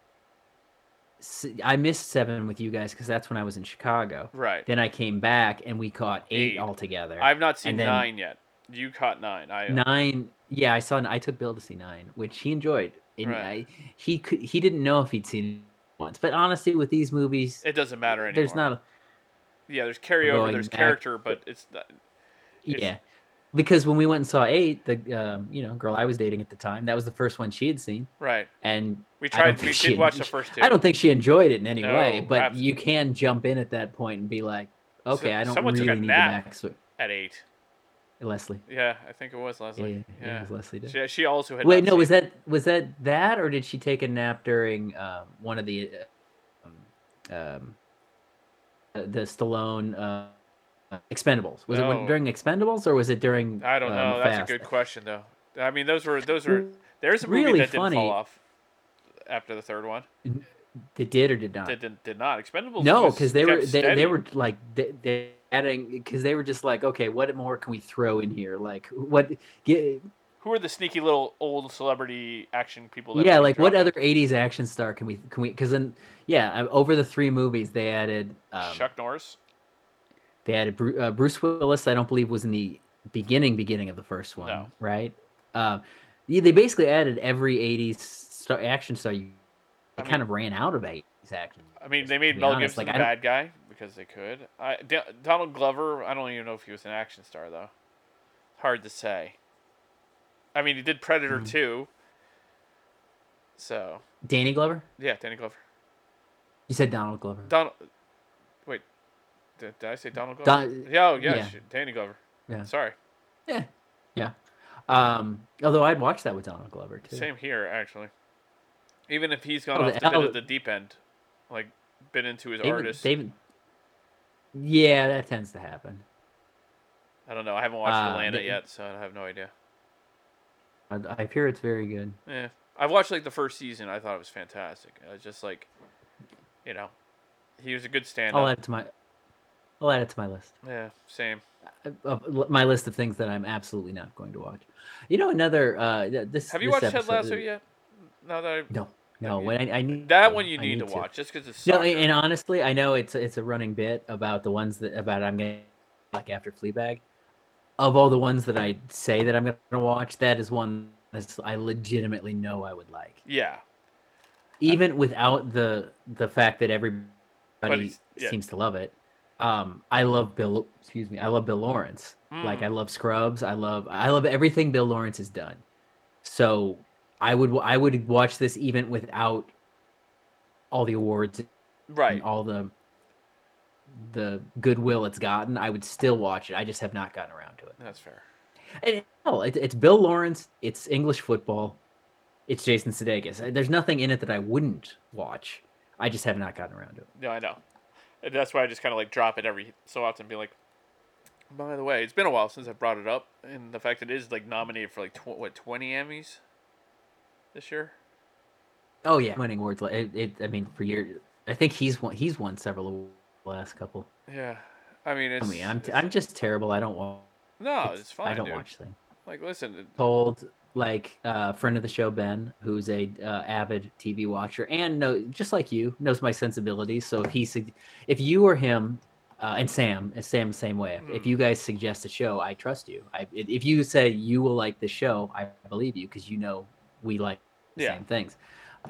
Speaker 2: s- I missed seven with you guys because that's when I was in Chicago.
Speaker 1: Right.
Speaker 2: Then I came back and we caught eight,
Speaker 1: Eight.
Speaker 2: altogether.
Speaker 1: I've not seen
Speaker 2: and then-
Speaker 1: nine yet. You caught nine. I
Speaker 2: nine. Yeah, I saw. I took Bill to see nine, which he enjoyed. And
Speaker 1: Right.
Speaker 2: I, he could. He didn't know if he'd seen it once. But honestly, with these movies,
Speaker 1: it doesn't matter anymore.
Speaker 2: there's not. a-
Speaker 1: yeah, there's carryover,
Speaker 2: going
Speaker 1: there's
Speaker 2: back-
Speaker 1: character, but it's not, It's-
Speaker 2: Yeah, because when we went and saw eight, the um, you know girl I was dating at the time, that was the first one she had seen,
Speaker 1: right.
Speaker 2: and
Speaker 1: We
Speaker 2: I
Speaker 1: tried.
Speaker 2: don't
Speaker 1: We
Speaker 2: think she-
Speaker 1: did watch the first two.
Speaker 2: I don't think she enjoyed it in any
Speaker 1: No,
Speaker 2: way, but
Speaker 1: abs-
Speaker 2: you can jump in at that point and be like, okay, I don't
Speaker 1: someone took
Speaker 2: really
Speaker 1: a
Speaker 2: need
Speaker 1: nap.
Speaker 2: the backsword.
Speaker 1: at eight.
Speaker 2: Leslie.
Speaker 1: Yeah, I think it was last
Speaker 2: Yeah,
Speaker 1: night.
Speaker 2: yeah,
Speaker 1: Yeah.
Speaker 2: Leslie did.
Speaker 1: She, she also had.
Speaker 2: Wait,
Speaker 1: not
Speaker 2: no, was
Speaker 1: seen-
Speaker 2: that was that that or did she take a nap during um, one of the uh, um, um, uh, the Stallone uh, uh, Expendables? Was it
Speaker 1: Oh.
Speaker 2: when, during Expendables or was it during?
Speaker 1: I don't
Speaker 2: um,
Speaker 1: know. That's
Speaker 2: Fast?
Speaker 1: a good question, though. I mean, those were those were. There's a movie
Speaker 2: Really
Speaker 1: that didn't
Speaker 2: funny.
Speaker 1: fall off after the third one.
Speaker 2: It did or did not?
Speaker 1: That did, did not. Expendables.
Speaker 2: no,
Speaker 1: was-
Speaker 2: because they were
Speaker 1: kept
Speaker 2: they,
Speaker 1: steady.
Speaker 2: they were like they, they adding because they were just like okay, what more can we throw in here? Like what? Get,
Speaker 1: Who are the sneaky little old celebrity action people? That
Speaker 2: yeah,
Speaker 1: we
Speaker 2: like what
Speaker 1: dropped
Speaker 2: other
Speaker 1: in?
Speaker 2: '80s action star can we can we? Because then yeah, uh, over the three movies they added um,
Speaker 1: Chuck Norris.
Speaker 2: They added Bru- uh, Bruce Willis. I don't believe was in the beginning beginning of the first one,
Speaker 1: No.
Speaker 2: right? Um, yeah, they basically added every '80s star, action star. You
Speaker 1: I
Speaker 2: they kind of ran out of '80s action.
Speaker 1: I mean, they
Speaker 2: to
Speaker 1: made
Speaker 2: be
Speaker 1: Mel
Speaker 2: honest,
Speaker 1: Gibson the
Speaker 2: like, I
Speaker 1: bad
Speaker 2: don't-
Speaker 1: guy because they could. I, D- Donald Glover. I don't even know if he was an action star though. Hard to say. I mean, he did Predator
Speaker 2: Mhm.
Speaker 1: too. So
Speaker 2: Danny Glover.
Speaker 1: yeah, Danny Glover.
Speaker 2: You said Donald Glover.
Speaker 1: Donald. Wait, did, did I say Donald Glover?
Speaker 2: Don-
Speaker 1: yeah, oh, yeah,
Speaker 2: yeah.
Speaker 1: shit, Danny Glover.
Speaker 2: Yeah.
Speaker 1: Sorry.
Speaker 2: yeah, yeah. Um, although I'd watch that with Donald Glover too.
Speaker 1: Same here, actually. Even if he's gone
Speaker 2: Oh,
Speaker 1: off
Speaker 2: the
Speaker 1: the, bit
Speaker 2: Al-
Speaker 1: of the deep end, like been into his
Speaker 2: They haven't-
Speaker 1: artist.
Speaker 2: they haven't- yeah, that tends to happen.
Speaker 1: I don't know. I haven't watched
Speaker 2: Uh,
Speaker 1: Atlanta
Speaker 2: they-
Speaker 1: yet, so I have no idea.
Speaker 2: I, I hear it's very good.
Speaker 1: Yeah, I've watched like the first season. I thought it was fantastic. I was just like, you know, he was a good
Speaker 2: I'll
Speaker 1: stand-up.
Speaker 2: add it to my. I'll add it to my list. uh,
Speaker 1: yeah, same.
Speaker 2: of- of my list of things that I'm absolutely not going to watch. You know, another uh, th- this.
Speaker 1: Have you
Speaker 2: this
Speaker 1: watched Ted
Speaker 2: episode-
Speaker 1: Lasso yet? No, that I,
Speaker 2: No, no.
Speaker 1: you-
Speaker 2: When I, I need
Speaker 1: that
Speaker 2: to,
Speaker 1: one you
Speaker 2: I
Speaker 1: need, to watch just because it's
Speaker 2: No,
Speaker 1: soccer.
Speaker 2: and and honestly, I know it's it's a running bit about the ones that about I'm gonna like after Fleabag. Of all the ones that I say that I'm gonna watch, that is one that I legitimately know I would like,
Speaker 1: yeah,
Speaker 2: even without the the fact that everybody
Speaker 1: it's- yeah.
Speaker 2: seems to love it. Um, I love Bill. Excuse me, I love Bill Lawrence. Like I
Speaker 1: Mm.
Speaker 2: love Scrubs. I love I love everything Bill Lawrence has done. So I would I would watch this even without all the awards
Speaker 1: right.
Speaker 2: and all the the goodwill it's gotten. I would still watch it. I just have not gotten around to it.
Speaker 1: That's fair.
Speaker 2: And hell, it, it's Bill Lawrence. It's English football. It's Jason Sudeikis. Uh, There's nothing in it that I wouldn't watch. I just have not gotten around to it.
Speaker 1: No, I know. And that's why I just kind of like drop it every so often, be like, by the way, it's been a while since I brought it up, and the fact it is like nominated for like tw- what twenty Emmys this year.
Speaker 2: Oh yeah, winning awards. like- It, it, I mean, for years, I think he's won. He's won several awards the last couple.
Speaker 1: Yeah, I mean, it's.
Speaker 2: I mean, I'm,
Speaker 1: it's-
Speaker 2: I'm just terrible. I don't watch.
Speaker 1: no, Oh, it's, fine.
Speaker 2: I don't
Speaker 1: dude.
Speaker 2: watch things.
Speaker 1: Like, listen, it-
Speaker 2: Told like a uh, friend of the show Ben, who's a uh, avid TV watcher and no, just like you, knows my sensibilities. So if he, sug- if you or him, uh, and Sam, and Sam the same way. If, if
Speaker 1: Mhm.
Speaker 2: you guys suggest a show, I trust you. I, if if you say you will like the show, I believe you because you know we like the
Speaker 1: Yeah.
Speaker 2: same things.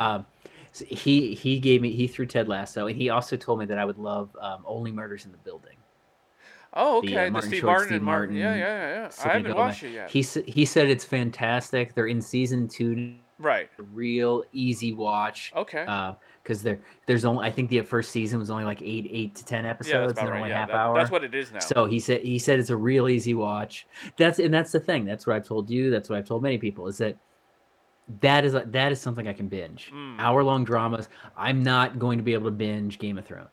Speaker 2: Um, so he he gave me he threw Ted Lasso and he also told me that I would love um, Only Murders in the Building.
Speaker 1: oh,
Speaker 2: the,
Speaker 1: okay,
Speaker 2: uh,
Speaker 1: the,
Speaker 2: Martin
Speaker 1: Steve
Speaker 2: Short,
Speaker 1: Martin
Speaker 2: Steve
Speaker 1: and Martin. Yeah,
Speaker 2: Martin,
Speaker 1: yeah, yeah. I
Speaker 2: Sophia
Speaker 1: haven't
Speaker 2: Gilman.
Speaker 1: watched it yet.
Speaker 2: He s- he said it's fantastic. They're in season two,
Speaker 1: right.
Speaker 2: real easy watch.
Speaker 1: Okay.
Speaker 2: because there there's only I think the first season was only like eight eight to ten episodes,
Speaker 1: yeah, that's
Speaker 2: and
Speaker 1: about
Speaker 2: they're
Speaker 1: right.
Speaker 2: only
Speaker 1: Yeah,
Speaker 2: half
Speaker 1: that-
Speaker 2: hour.
Speaker 1: that's what it is now.
Speaker 2: so he said he said it's a real easy watch. That's and that's the thing. That's what I've told you. That's what I've told many people is that that is that is something I can binge.
Speaker 1: Mm.
Speaker 2: Hour long dramas. I'm not going to be able to binge Game of Thrones.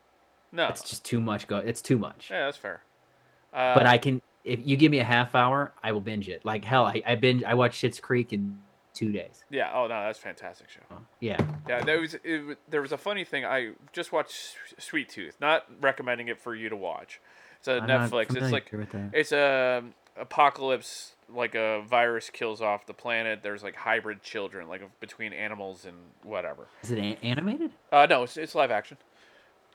Speaker 1: no,
Speaker 2: It's just too much. Go. It's too much
Speaker 1: yeah, that's fair. Uh,
Speaker 2: but I can if you give me a half hour, I will binge it. Like hell, I, I binge I watched Shits Creek in two days.
Speaker 1: yeah. Oh no, that's a fantastic show.
Speaker 2: Yeah.
Speaker 1: Yeah, there was it, wa- there was a funny thing. I just watched S- Sweet Tooth. Not recommending it for you to watch. It's a
Speaker 2: I'm not
Speaker 1: Netflix. It's
Speaker 2: familiar
Speaker 1: like
Speaker 2: with that.
Speaker 1: it's a apocalypse like a virus kills off the planet, there's like hybrid children, like of- between animals and whatever.
Speaker 2: Is it a- animated?
Speaker 1: Uh, no, it's, it's live action.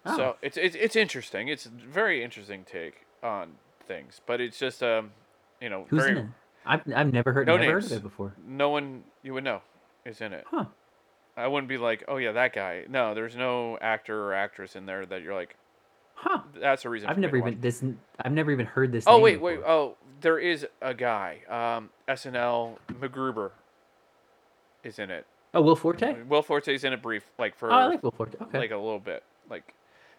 Speaker 2: Oh.
Speaker 1: So it's, it's it's interesting. It's a very interesting take on things, but it's just um, you know,
Speaker 2: Who's
Speaker 1: very
Speaker 2: in it? I've, I've never heard,
Speaker 1: No
Speaker 2: never heard
Speaker 1: names.
Speaker 2: of it before.
Speaker 1: no one you would know is in it.
Speaker 2: Huh.
Speaker 1: I wouldn't be like, oh yeah, that guy. No, there's no actor or actress in there that you're like,
Speaker 2: Huh.
Speaker 1: that's a reason.
Speaker 2: I've
Speaker 1: for me
Speaker 2: never
Speaker 1: to watch
Speaker 2: even this. I've never even heard this.
Speaker 1: Oh
Speaker 2: name
Speaker 1: wait, wait.
Speaker 2: before.
Speaker 1: Oh, there is a guy. Um, SNL MacGruber is in it.
Speaker 2: Oh, Will Forte.
Speaker 1: Will Forte's in it brief, like for
Speaker 2: Oh, I like Will Forte. Okay.
Speaker 1: like a little bit, like,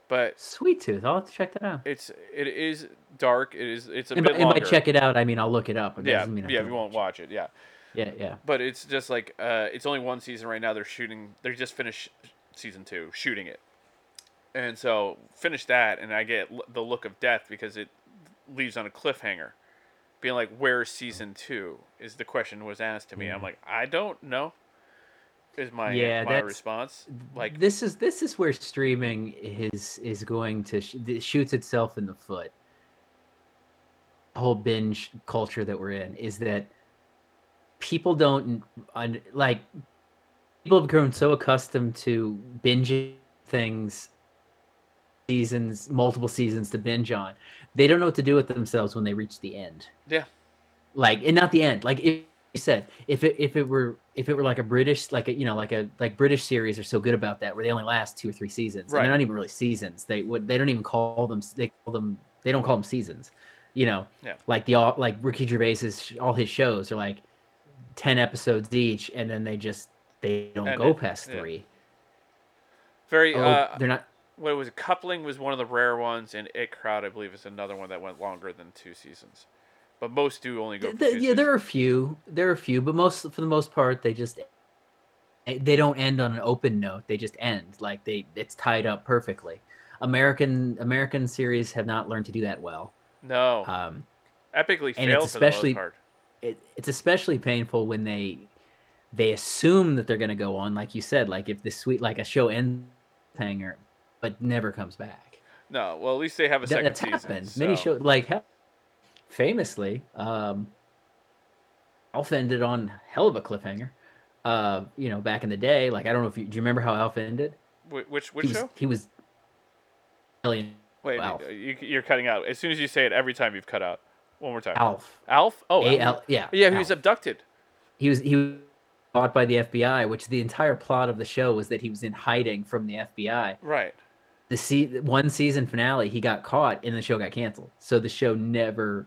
Speaker 1: but
Speaker 2: Sweet Tooth. I'll have to check that out.
Speaker 1: it's it is dark. It is it's a
Speaker 2: And by,
Speaker 1: bit
Speaker 2: and by
Speaker 1: longer.
Speaker 2: check it out, I mean I'll look it up. It
Speaker 1: yeah,
Speaker 2: doesn't mean I
Speaker 1: yeah.
Speaker 2: don't
Speaker 1: You won't watch it. Yeah,
Speaker 2: Yeah, yeah.
Speaker 1: but it's just like uh, it's only one season right now. They're shooting. They just finished season two, shooting it, and so finish that, and I get l- the look of death because it leaves on a cliffhanger, being like, "Where's season two? Is the question was asked to me. I'm like, I don't know. Is my
Speaker 2: Mm-hmm. Yeah,
Speaker 1: my
Speaker 2: that's-
Speaker 1: response like
Speaker 2: this is this is where streaming is is going to sh- it shoots itself in the foot The whole binge culture that we're in is that people don't un, like people have grown so accustomed to binging things seasons multiple seasons to binge on they don't know what to do with themselves when they reach the end
Speaker 1: yeah
Speaker 2: like and not the end like if you said if it if it were if it were like a british like a you know like a like british series are so good about that where they only last two or three seasons and
Speaker 1: Right.
Speaker 2: they're not even really seasons they would they don't even call them they call them they don't call them seasons you know
Speaker 1: Yeah.
Speaker 2: like the all like ricky gervais's all his shows are like 10 episodes each and then they just they don't
Speaker 1: And
Speaker 2: go
Speaker 1: it-
Speaker 2: past
Speaker 1: yeah.
Speaker 2: three
Speaker 1: very
Speaker 2: Oh,
Speaker 1: uh,
Speaker 2: they're not
Speaker 1: what was it? Coupling was one of the rare ones, and It Crowd, I believe, is another one that went longer than two seasons. But most do only go. for
Speaker 2: Th-
Speaker 1: two
Speaker 2: yeah, there
Speaker 1: seasons.
Speaker 2: are a few. There are a few, but most for the most part, they just eh, they don't end on an open note. They just end like they it's tied up perfectly. American American series have not learned to do that well.
Speaker 1: no
Speaker 2: Um,
Speaker 1: epically failed
Speaker 2: and it's
Speaker 1: for the most
Speaker 2: especially-
Speaker 1: part.
Speaker 2: it, it's especially painful when they they assume that they're going to go on, like you said, like if this sweet like a show ends hanger, but never comes back.
Speaker 1: No, well at least they have a
Speaker 2: That-
Speaker 1: second
Speaker 2: that's
Speaker 1: season.
Speaker 2: happened. Many
Speaker 1: so-
Speaker 2: shows like hell, famously, um, Elf ended on hell of a cliffhanger. Uh, you know, back in the day, like I don't know if you do you remember how Elf ended?
Speaker 1: Wh- Which
Speaker 2: he
Speaker 1: which
Speaker 2: was,
Speaker 1: show?
Speaker 2: He was. Alien
Speaker 1: Wait, uh,
Speaker 2: Alf.
Speaker 1: you, you're cutting out. As soon as you say it, every time you've cut out. One more time.
Speaker 2: Alf.
Speaker 1: Alf? Oh,
Speaker 2: A
Speaker 1: Alf.
Speaker 2: L. Yeah.
Speaker 1: Yeah, he
Speaker 2: Alf.
Speaker 1: was abducted.
Speaker 2: he was he was bought by the FBI, which the entire plot of the show was that he was in hiding from the FBI.
Speaker 1: Right.
Speaker 2: The se- one season finale, he got caught, and the show got canceled. So the show never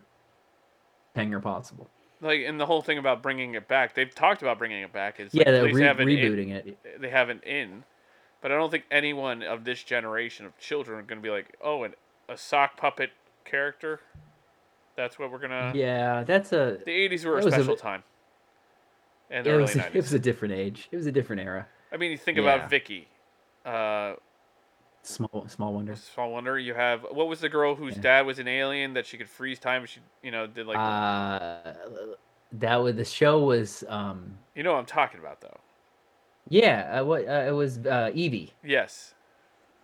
Speaker 2: hanger possible.
Speaker 1: Like, and the whole thing about bringing it back. They've talked about bringing it back. Is like,
Speaker 2: yeah,
Speaker 1: at
Speaker 2: they're
Speaker 1: least
Speaker 2: re-
Speaker 1: they have an in-
Speaker 2: rebooting it.
Speaker 1: they have an in, but I don't think anyone of this generation of children are going to be like, oh, an, a sock puppet character. That's what we're gonna.
Speaker 2: Yeah, that's a
Speaker 1: The '80s were a
Speaker 2: That was a
Speaker 1: special
Speaker 2: bit-
Speaker 1: time, and the
Speaker 2: it
Speaker 1: early
Speaker 2: was,
Speaker 1: '90s.
Speaker 2: it was a different age. It was a different era.
Speaker 1: I mean, you think
Speaker 2: Yeah.
Speaker 1: about Vicky. Uh,
Speaker 2: Small small wonder.
Speaker 1: Small wonder you have. What was the girl whose
Speaker 2: Yeah.
Speaker 1: dad was an alien that she could freeze time? She, you know, did like
Speaker 2: Uh that was the show was um
Speaker 1: you know what I'm talking about though.
Speaker 2: yeah, uh, what uh, it was uh Evie.
Speaker 1: Yes,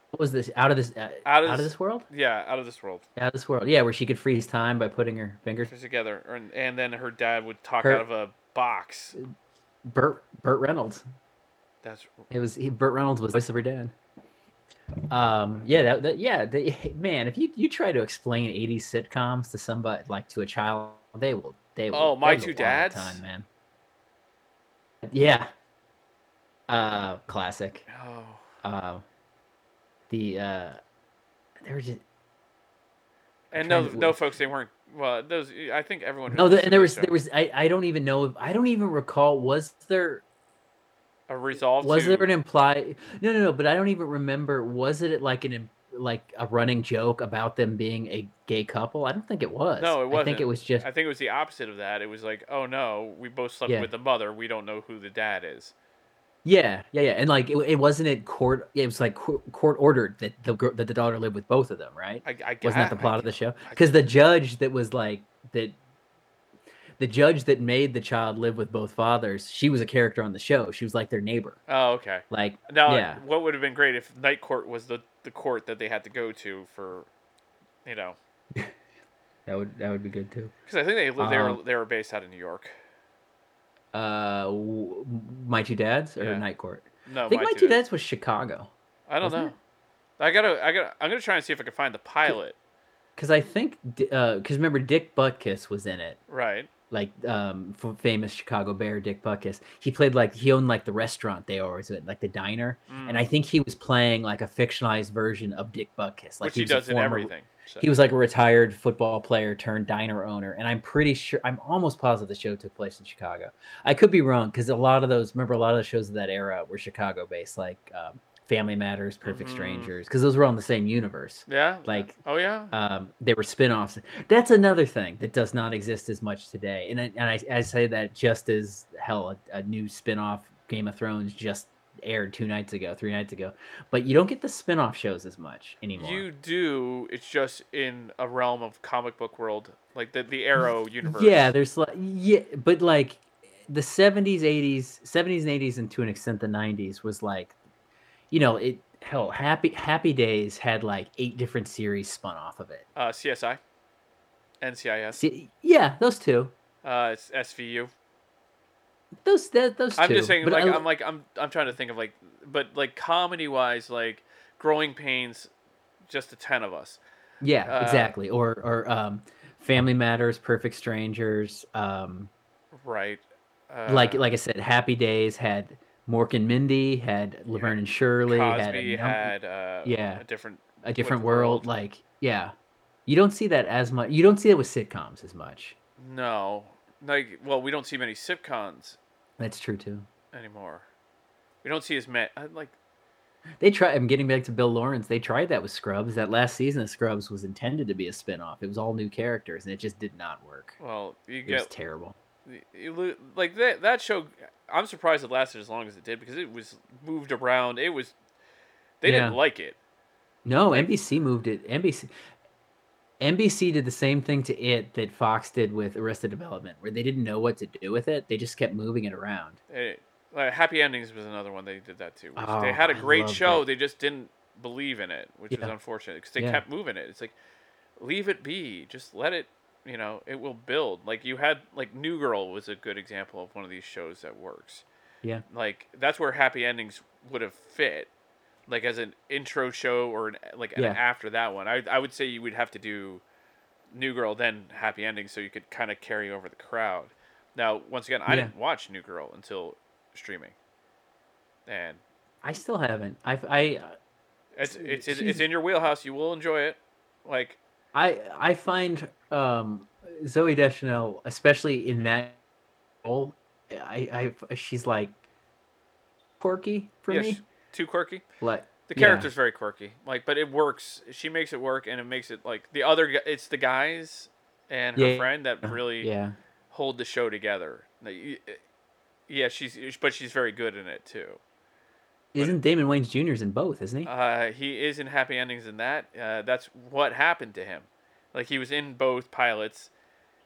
Speaker 2: What was this out of this uh,
Speaker 1: Out of
Speaker 2: out of
Speaker 1: this-
Speaker 2: this world?
Speaker 1: yeah, out of this world.
Speaker 2: Out of this world. Yeah, where she could freeze time by putting her fingers
Speaker 1: They're together, and, and then her dad would talk
Speaker 2: Her-
Speaker 1: out of a box.
Speaker 2: Burt Burt Reynolds.
Speaker 1: That's oh.
Speaker 2: It was he, Burt Reynolds was the voice of her dad. Um. Yeah. That. that yeah. The, man, if you you try to explain '80s sitcoms to somebody like to a child, they will. They will.
Speaker 1: Oh, My
Speaker 2: they will
Speaker 1: Two
Speaker 2: love
Speaker 1: Dads?
Speaker 2: Time, man. Yeah. Uh, classic.
Speaker 1: oh,
Speaker 2: Uh, the uh, there were just
Speaker 1: and
Speaker 2: trying
Speaker 1: no,
Speaker 2: to-
Speaker 1: no, folks, they weren't. Well, those I think everyone. who
Speaker 2: no. The,
Speaker 1: listened
Speaker 2: and there
Speaker 1: to
Speaker 2: was
Speaker 1: this
Speaker 2: there was I I don't even know if I don't even recall was there
Speaker 1: show- a resolve.
Speaker 2: was
Speaker 1: to,
Speaker 2: there an implied no no no but i don't even remember was it like an im- like a running joke about them being a gay couple i don't think it was
Speaker 1: No, it
Speaker 2: i think
Speaker 1: wasn't.
Speaker 2: it was just
Speaker 1: I think it was the opposite of that. It was like, oh no, we both slept
Speaker 2: Yeah.
Speaker 1: with the mother. We don't know who the dad is.
Speaker 2: yeah yeah yeah and like it, it wasn't it court it was like court, court ordered that the girl that the daughter lived with both of them right
Speaker 1: I, I
Speaker 2: wasn't that the
Speaker 1: I-
Speaker 2: plot of the show
Speaker 1: I-
Speaker 2: because the judge that was like that the judge that made the child live with both fathers she was a character on the show she was like their neighbor
Speaker 1: Oh, okay.
Speaker 2: like
Speaker 1: Now,
Speaker 2: Yeah.
Speaker 1: what would have been great if Night Court was the, the court that they had to go to for, you know,
Speaker 2: That would that would be good too.
Speaker 1: Because I think they li- they
Speaker 2: Uh-huh.
Speaker 1: were they were based out of New York.
Speaker 2: Uh, w- my two dads or
Speaker 1: Yeah.
Speaker 2: Night Court.
Speaker 1: No,
Speaker 2: I think
Speaker 1: my
Speaker 2: my
Speaker 1: two
Speaker 2: two
Speaker 1: Dads.
Speaker 2: dads was Chicago
Speaker 1: I don't
Speaker 2: wasn't
Speaker 1: know. I gotta I gotta I'm gonna try and see if I can find the pilot.
Speaker 2: because I think because remember Dick Butkus was in it.
Speaker 1: Right.
Speaker 2: like um f- famous Chicago Bear Dick Buckus. He played like he owned like the restaurant they always at, like the diner,
Speaker 1: Mm.
Speaker 2: and I think he was playing like a fictionalized version of Dick Buckus, like
Speaker 1: Which he
Speaker 2: was a
Speaker 1: does in
Speaker 2: former-
Speaker 1: everything. So.
Speaker 2: He was like a retired football player turned diner owner, and I'm pretty sure I'm almost positive the show took place in Chicago. I could be wrong because a lot of those remember a lot of the shows of that era were Chicago based, like um, Family Matters, Perfect
Speaker 1: Mhm.
Speaker 2: Strangers, because those were all in the same universe.
Speaker 1: yeah.
Speaker 2: Like
Speaker 1: Oh yeah.
Speaker 2: um, they were spin-offs that's another thing that does not exist as much today and I, and I, I say that just as hell a, a new spin-off game of thrones just aired two nights ago three nights ago but you don't get the spin-off shows as much anymore
Speaker 1: You do. It's just in a realm of comic book world, like the the Arrow universe.
Speaker 2: yeah there's like yeah but like the 70s 80s 70s and 80s and to an extent the 90s was like you know it hell happy happy days had like eight different series spun off of it
Speaker 1: Uh, CSI, NCIS,
Speaker 2: See, yeah those two
Speaker 1: uh, it's SVU.
Speaker 2: those that, those
Speaker 1: I'm
Speaker 2: two
Speaker 1: just saying,
Speaker 2: But
Speaker 1: like
Speaker 2: I-
Speaker 1: I'm like I'm I'm trying to think of like, but like comedy wise, like Growing Pains, just the ten of us.
Speaker 2: Yeah,
Speaker 1: Uh,
Speaker 2: exactly. Or or um, Family Matters, Perfect Strangers. Um,
Speaker 1: Right. Uh,
Speaker 2: like like I said, Happy Days had Mork and Mindy, had Laverne and Shirley, had,
Speaker 1: Cosby
Speaker 2: a, num-
Speaker 1: had, uh,
Speaker 2: Yeah.
Speaker 1: a different.
Speaker 2: a different
Speaker 1: with the world.
Speaker 2: world. Like yeah, you don't see that as much. You don't see that with sitcoms as much.
Speaker 1: No, like well, we don't see many sitcoms
Speaker 2: That's true too.
Speaker 1: anymore. We don't see as many. Like
Speaker 2: They try. I'm getting back to Bill Lawrence. They tried that with Scrubs. That last season of Scrubs was intended to be a spinoff. It was all new characters, and it just did not work.
Speaker 1: well, you
Speaker 2: It was
Speaker 1: get
Speaker 2: terrible.
Speaker 1: you lo- like that that show i'm surprised it lasted as long as it did because it was moved around it was they didn't
Speaker 2: Yeah.
Speaker 1: like it
Speaker 2: No, NBC moved it. NBC NBC did the same thing to it that Fox did with Arrested Development, where they didn't know what to do with it. They just kept moving it around.
Speaker 1: It- like, happy endings was another one they did that too which they
Speaker 2: Oh,
Speaker 1: had a
Speaker 2: I
Speaker 1: great
Speaker 2: love
Speaker 1: show
Speaker 2: that.
Speaker 1: they just didn't believe in it which is
Speaker 2: Yeah.
Speaker 1: unfortunate because they
Speaker 2: Yeah.
Speaker 1: kept moving it it's like leave it be just let it you know it will build like you had like new girl was a good example of one of these shows that works
Speaker 2: Yeah.
Speaker 1: like that's where happy endings would have fit like as an intro show or an, like an
Speaker 2: Yeah.
Speaker 1: after that one I, I would say you would have to do new girl then happy ending so you could kind of carry over the crowd now once again i
Speaker 2: Yeah.
Speaker 1: didn't watch new girl until streaming and
Speaker 2: I still haven't. I I
Speaker 1: it's it's, it's, it's
Speaker 2: She's-
Speaker 1: in your wheelhouse you will enjoy it like
Speaker 2: I, I find um, Zoe Deschanel, especially in that role, I, I she's like quirky for
Speaker 1: yeah,
Speaker 2: me.
Speaker 1: sh- too quirky
Speaker 2: Like
Speaker 1: the
Speaker 2: yeah.
Speaker 1: character's very quirky like but it works she makes it work and it makes it like the other gu- it's the guys and her
Speaker 2: Yeah. Uh-huh.
Speaker 1: friend that really
Speaker 2: yeah.
Speaker 1: hold the show together. Like, y- eh, Yeah, she's but she's very good in it too.
Speaker 2: Isn't Damon Wayans Jr.'s in both? Isn't he?
Speaker 1: Uh, he is in Happy Endings in that. Uh, that's what happened to him. Like he was in both pilots.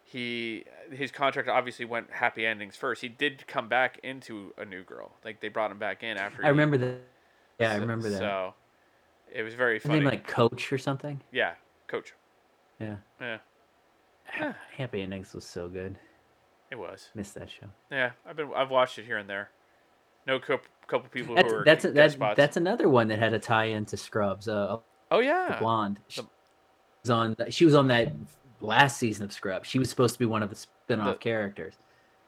Speaker 1: He his contract obviously went Happy Endings first. He did come back into a New Girl. Like they brought him back in after.
Speaker 2: I
Speaker 1: he-
Speaker 2: remember that. Yeah, I
Speaker 1: so-
Speaker 2: remember that.
Speaker 1: So it was very
Speaker 2: Isn't
Speaker 1: funny.
Speaker 2: he like Coach or something?
Speaker 1: yeah, Coach.
Speaker 2: Yeah.
Speaker 1: Yeah,
Speaker 2: Ha- Happy Endings was so good.
Speaker 1: it was.
Speaker 2: Missed that show.
Speaker 1: Yeah, I've been I've watched it here and there. No couple couple people
Speaker 2: That's
Speaker 1: who are
Speaker 2: that's
Speaker 1: guest
Speaker 2: that's,
Speaker 1: spots.
Speaker 2: that's another one that had a tie in to Scrubs. Uh,
Speaker 1: oh
Speaker 2: the
Speaker 1: yeah.
Speaker 2: blonde. She was on. She was on that last season of Scrubs. She was supposed to be one of the spin-off
Speaker 1: The-
Speaker 2: characters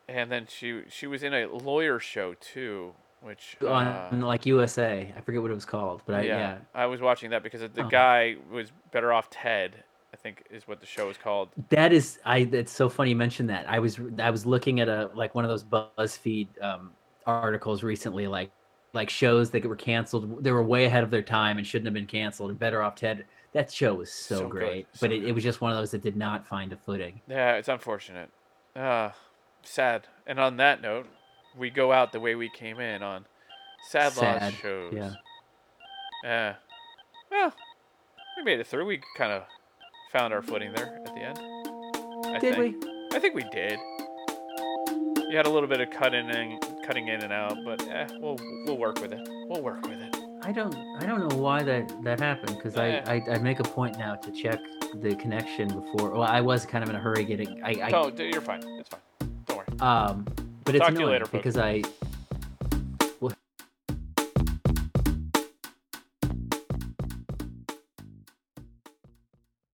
Speaker 1: and then she she was in a lawyer show too, which
Speaker 2: Oh,
Speaker 1: uh,
Speaker 2: on like USA. I forget what it was called, but I,
Speaker 1: yeah,
Speaker 2: yeah.
Speaker 1: I was watching that because the
Speaker 2: Oh.
Speaker 1: guy was better off Ted, I think is what the show is called.
Speaker 2: that is I. That's so funny you mentioned that. I was I was looking at a like one of those BuzzFeed um, articles recently, like like shows that were canceled. They were way ahead of their time and shouldn't have been canceled. And Better Off Ted. That show was so,
Speaker 1: So good,
Speaker 2: great,
Speaker 1: so
Speaker 2: but it,
Speaker 1: good.
Speaker 2: it was just one of those that did not find a footing.
Speaker 1: Yeah, it's unfortunate, uh, sad. And on that note, we go out the way we came in on sad, loss
Speaker 2: Sad,
Speaker 1: shows.
Speaker 2: yeah.
Speaker 1: Yeah. Well, we made it through. We kind of found our footing there at the end. I
Speaker 2: Did
Speaker 1: think. I think we did. You had a little bit of cutting in, cutting in and out, but eh, we'll we'll work with it. We'll work with it.
Speaker 2: I don't I don't know why that that happened because
Speaker 1: Yeah.
Speaker 2: I, I I make a point now to check the connection before. Well, I was kind of in a hurry getting I,
Speaker 1: No, d- you're fine. It's fine. Don't worry.
Speaker 2: I um, but it's
Speaker 1: Talk to you
Speaker 2: annoying
Speaker 1: later, folks.
Speaker 2: because I